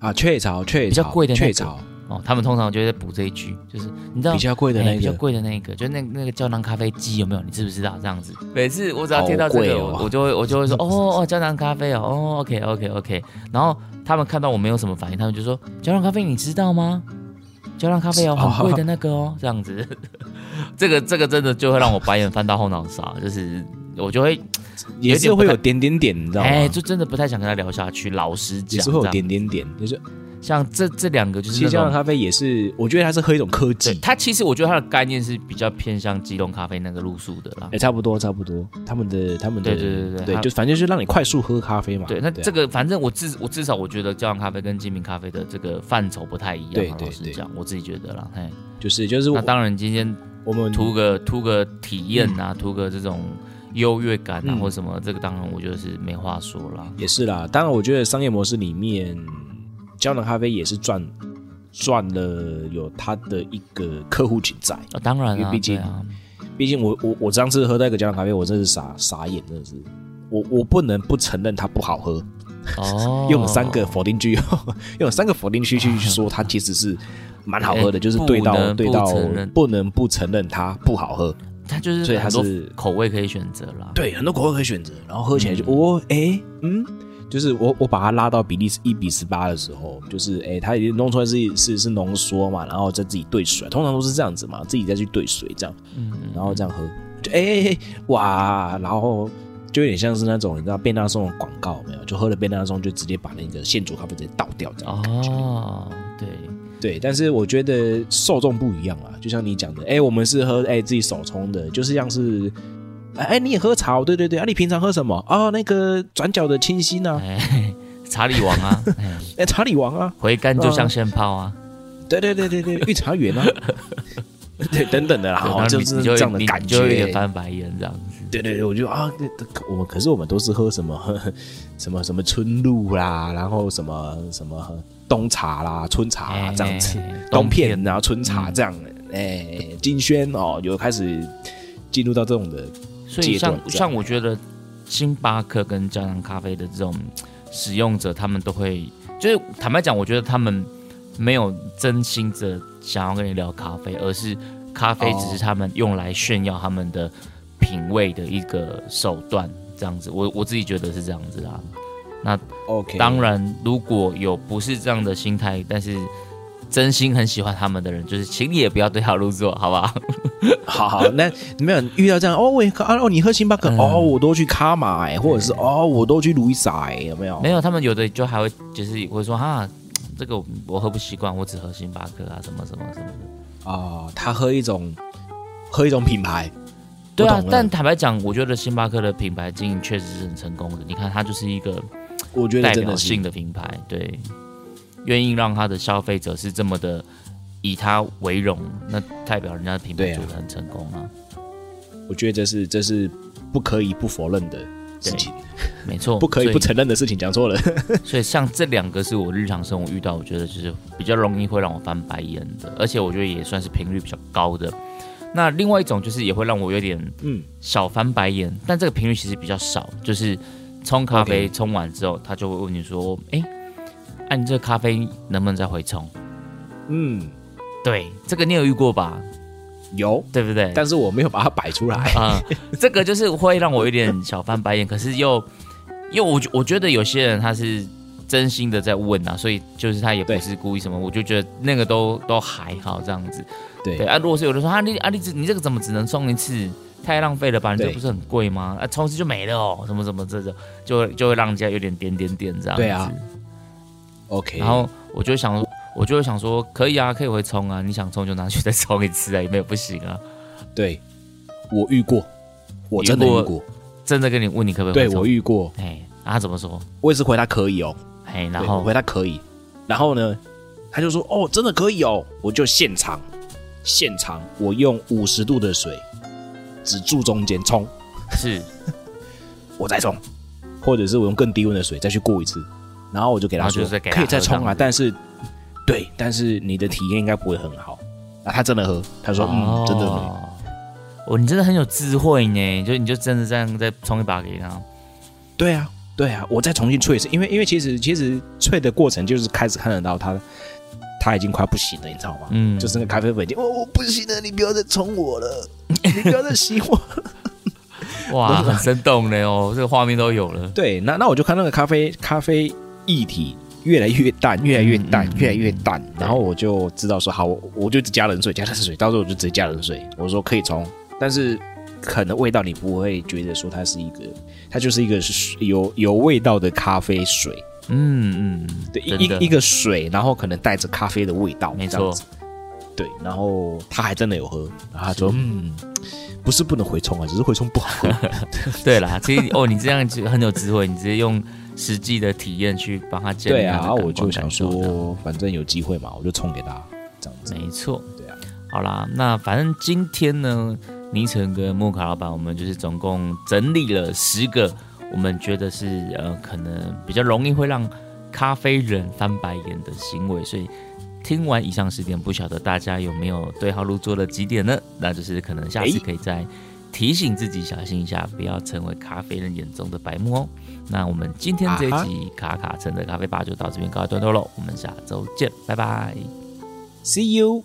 Speaker 3: 啊，雀巢，雀
Speaker 2: 比较
Speaker 3: 巢，
Speaker 2: 贵的那个
Speaker 3: 雀巢，
Speaker 2: 哦，他们通常就会补这一句，就是你知道
Speaker 3: 比较贵的
Speaker 2: 哎
Speaker 3: 那个
Speaker 2: 比较贵的那个，就那那个胶囊咖啡机有没有？你知不知道这样子？每次我只要听到这
Speaker 3: 好贵
Speaker 2: 个，
Speaker 3: 哦
Speaker 2: 我我就会我就会
Speaker 3: [LAUGHS]
Speaker 2: 说哦哦胶囊咖啡哦哦 OK OK OK，然后他们看到我没有什么反应，他们就说胶囊咖啡你知道吗？胶囊咖啡
Speaker 3: [LAUGHS]
Speaker 2: 哦，
Speaker 3: 哦
Speaker 2: 很贵的那个哦，这样子， [LAUGHS] 这个这个真的就会让我白眼翻到后脑勺，就是我就会
Speaker 3: 也是会有点点点，你知道吗？
Speaker 2: 哎，就真的不太想跟他聊下去。老实
Speaker 3: 也
Speaker 2: 讲，
Speaker 3: 是会有
Speaker 2: 这样
Speaker 3: 点点点，就是
Speaker 2: 像这这两个就是
Speaker 3: 其实
Speaker 2: 那
Speaker 3: 胶
Speaker 2: 种
Speaker 3: 囊咖啡也是，我觉得它是喝一种科
Speaker 2: 对
Speaker 3: 技，
Speaker 2: 它其实我觉得它的概念是比较偏向机动咖啡那个路数的啦
Speaker 3: 哎、。差不多差不多，他们的他们的
Speaker 2: 对对对对对它
Speaker 3: 就反正就是让你快速喝咖啡嘛。
Speaker 2: 对，那
Speaker 3: 啊
Speaker 2: 这个反正我至我至少我觉得胶囊咖啡跟精品咖啡的这个范畴不太一样啊。
Speaker 3: 对对
Speaker 2: 老实
Speaker 3: 对
Speaker 2: 讲，我自己觉得啦。嘿，
Speaker 3: 就是就是
Speaker 2: 那
Speaker 3: 我嗯
Speaker 2: 当然今天
Speaker 3: 我们
Speaker 2: 图个图个体验啊，图个这种优越感啊
Speaker 3: 嗯
Speaker 2: 或什么，这个当然我觉得是没话说啦。
Speaker 3: 也是啦，当然我觉得商业模式里面，胶囊咖啡也是赚赚了有它的一个客户情在。
Speaker 2: 啊，当然
Speaker 3: 因为
Speaker 2: 啊，
Speaker 3: 毕
Speaker 2: 对
Speaker 3: 竟
Speaker 2: 啊，
Speaker 3: 毕竟我我我上次喝到一个胶囊咖啡，我真是傻傻眼，真的是。我我不能不承认它不好喝，
Speaker 2: 哦，啊
Speaker 3: [LAUGHS] 因为我们三个否定句， [LAUGHS] 因为我们三个否定句去说它其实是蛮好喝的，
Speaker 2: 哎
Speaker 3: 就是对
Speaker 2: 不
Speaker 3: 到
Speaker 2: 能
Speaker 3: 对
Speaker 2: 不
Speaker 3: 到
Speaker 2: 承认
Speaker 3: 不能不承认它不好喝，
Speaker 2: 它就是
Speaker 3: 所以它
Speaker 2: 很多
Speaker 3: 是
Speaker 2: 口味可以选择啦。
Speaker 3: 对，很多口味可以选择，然后喝起来就哦，哎、嗯，就是我我把它拉到比例是一比十八的时候，就是哎、它已经弄出来是是是浓缩嘛，然后再自己兑水，通常都是这样子嘛，自己再去兑水这样，
Speaker 2: 嗯
Speaker 3: 然后这样喝，就哎、哎哎哇，然后就有点像是那种你知道便当送的广告有没有？就喝了便当送就直接把那个现煮咖啡直接倒掉这样的感觉。
Speaker 2: 哦，对，
Speaker 3: 对，但是我觉得受众不一样啊，就像你讲的，哎、我们是喝哎、自己手冲的，就是像是，哎、哎你也喝茶、哦，对对对，啊，你平常喝什么？哦，那个转角的清新啊，
Speaker 2: 哎，查理王
Speaker 3: [LAUGHS]
Speaker 2: 啊，哎
Speaker 3: 哎、查理王啊，
Speaker 2: 回甘就像现泡啊。
Speaker 3: 对对对对对，御茶
Speaker 2: [LAUGHS]
Speaker 3: 园啊，对，等等的啦，
Speaker 2: 对然
Speaker 3: 好
Speaker 2: 后
Speaker 3: 哦就
Speaker 2: 你
Speaker 3: 是
Speaker 2: 你就
Speaker 3: 这
Speaker 2: 会
Speaker 3: 样的
Speaker 2: 你
Speaker 3: 感
Speaker 2: 你就会有
Speaker 3: 觉
Speaker 2: 点。翻白眼这样子。
Speaker 3: 对对对，我就啊，对对我们可是我们都是喝什么 [LAUGHS] 什么什么春露啦，然后什么什么冬茶啦、春茶啦
Speaker 2: 哎
Speaker 3: 啊这样子
Speaker 2: 哎哎，
Speaker 3: 冬
Speaker 2: 冬
Speaker 3: 片
Speaker 2: 片嗯
Speaker 3: 然后春茶这样，哎，金萱哦，有开始进入到这种的，
Speaker 2: 所以像
Speaker 3: 阶段这样
Speaker 2: 像我觉得星巴克跟胶囊咖啡的这种使用者，他们都会就是坦白讲，我觉得他们没有真心的想要跟你聊咖啡，而是咖啡
Speaker 3: 哦
Speaker 2: 只是他们用来炫耀他们的品味的一个手段，这样子。我我自己觉得是这样子啊。
Speaker 3: OK，
Speaker 2: 当然，如果有不是这样的心态，但是真心很喜欢他们的人，就是请你也不要对号入座，好不好？
Speaker 3: 好好，那没有遇到这样哦，我也喝啊哦，你喝星巴克、
Speaker 2: 嗯
Speaker 3: 哦，我都去卡玛哎，或者是哦，我都去路易莎哎，有没有？
Speaker 2: 没有，他们有的就还会就是会说哈，这个我我喝不习惯，我只喝星巴克啊，什么什么什么的。
Speaker 3: 啊，他喝一种喝一种品牌，
Speaker 2: 对
Speaker 3: 我
Speaker 2: 啊
Speaker 3: 懂，了
Speaker 2: 但坦白讲，我觉得星巴克的品牌经营确实是很成功的。你看，它就是一个
Speaker 3: 我觉得
Speaker 2: 代
Speaker 3: 真
Speaker 2: 表
Speaker 3: 的是
Speaker 2: 性的品牌，对，愿意让它的消费者是这么的以它为荣，那代表人家的品牌
Speaker 3: 对啊
Speaker 2: 做的很成功啊。
Speaker 3: 我觉得这是这是不可以不否认的事情，
Speaker 2: 没错，
Speaker 3: 不可以
Speaker 2: 所
Speaker 3: 不承认的事情，讲错了。 [LAUGHS]
Speaker 2: 所以像这两个是我日常生活遇到，我觉得就是比较容易会让我翻白眼的，而且我觉得也算是频率比较高的。那另外一种就是也会让我有点
Speaker 3: 嗯，
Speaker 2: 小翻白眼，但这个频率其实比较少，就是冲咖啡
Speaker 3: OK
Speaker 2: 冲完之后，他就会问你说：“哎、按、你这个咖啡能不能再回冲
Speaker 3: 嗯，？”
Speaker 2: 对，这个你有遇过吧？
Speaker 3: 有，
Speaker 2: 对不对？ [LAUGHS]
Speaker 3: 但是我没有把它摆出来。
Speaker 2: 啊、这个就是会让我有点小翻白眼，可是又，因为我觉我觉得有些人他是真心的在问啊，所以就是他也不
Speaker 3: 对
Speaker 2: 是故意什么，我就觉得那个都都还好这样子。
Speaker 3: 对
Speaker 2: 对啊，如果是有人说啊你啊你这你这个怎么只能冲一次，太浪费了吧？你这
Speaker 3: 对
Speaker 2: 不是很贵吗？啊，冲一次就没了哦，什么什么这种，就会就会让人家有点点点点这样子。
Speaker 3: 对啊 OK，
Speaker 2: 然后我就想，我就会想说，可以啊，可以回冲啊，你想冲就拿去再冲一次啊，也没有不行啊。
Speaker 3: 对我遇过，我真的
Speaker 2: 遇过
Speaker 3: 遇过，
Speaker 2: 真的跟你问你可不可以
Speaker 3: 对
Speaker 2: 回冲
Speaker 3: 我遇过，
Speaker 2: 哎，啊他怎么说？
Speaker 3: 我也是回答可以哦，
Speaker 2: 哎，然
Speaker 3: 对
Speaker 2: 后
Speaker 3: 我回答可以，然后呢，他就说哦，真的可以哦，我就现场现场我用五十度的水只注中间冲，
Speaker 2: 是
Speaker 3: 我再冲，或者是我用更低温的水再去过一次，然后我就给他
Speaker 2: 然后就
Speaker 3: 说，
Speaker 2: 是给他
Speaker 3: 可以再
Speaker 2: 喝
Speaker 3: 冲
Speaker 2: 这
Speaker 3: 啊，
Speaker 2: 样
Speaker 3: 但是对，但是你的体验应该不会很好。啊，他真的喝，他说、嗯，真的没
Speaker 2: 哦，哦你真的很有智慧呢，就你就真的这样再冲一把给他。
Speaker 3: 对啊，对啊，我再重新吹一次，因为因为其实其实吹的过程就是开始看得到它他已经快不行了，你知道吗？
Speaker 2: 嗯
Speaker 3: 就是那个咖啡粉已经哦，我不行了，你不要再宠我了，你不要再洗我了。 [LAUGHS]
Speaker 2: 哇，很生动嘞哦，这个画面都有了。
Speaker 3: 对，那那我就看那个咖啡咖啡液体越来越淡，越来越淡，越来越淡，然后我就知道说好，我我就只加冷水，加冷水，到时候我就直接加冷水。我说可以冲，但是可能味道你不会觉得说它是一个，它就是一个是有有味道的咖啡水，
Speaker 2: 嗯嗯，
Speaker 3: 对，一
Speaker 2: 真的
Speaker 3: 一一个水，然后可能带着咖啡的味道，
Speaker 2: 没错
Speaker 3: 这样子。对，然后他还真的有喝，然后他说嗯。不是不能回冲啊，只是回冲不好喝。
Speaker 2: 对啦，其实哦，你这样就很有智慧，你直接用实际的体验去帮他 [LAUGHS] 建立
Speaker 3: 对
Speaker 2: 他
Speaker 3: 啊，
Speaker 2: 的
Speaker 3: 然后我
Speaker 2: 感官
Speaker 3: 就想
Speaker 2: 感受这样
Speaker 3: 说，反正有机会嘛，我就冲给他，这样子。
Speaker 2: 没错，
Speaker 3: 对啊，
Speaker 2: 好啦，那反正今天呢，倪晨跟莫卡老板，我们就是总共整理了十个，我们觉得是呃，可能比较容易会让咖啡人翻白眼的行为，所以。听完以上十点，不晓得大家有没有对号入座了几点呢？那就是可能下次
Speaker 3: 哎
Speaker 2: 可以再提醒自己小心一下，不要成为咖啡人眼中的白目哦。那我们今天这一
Speaker 3: 啊哈
Speaker 2: 集卡卡城的咖啡吧就到这边告一段落喽，我们下周见，拜拜。
Speaker 3: See you。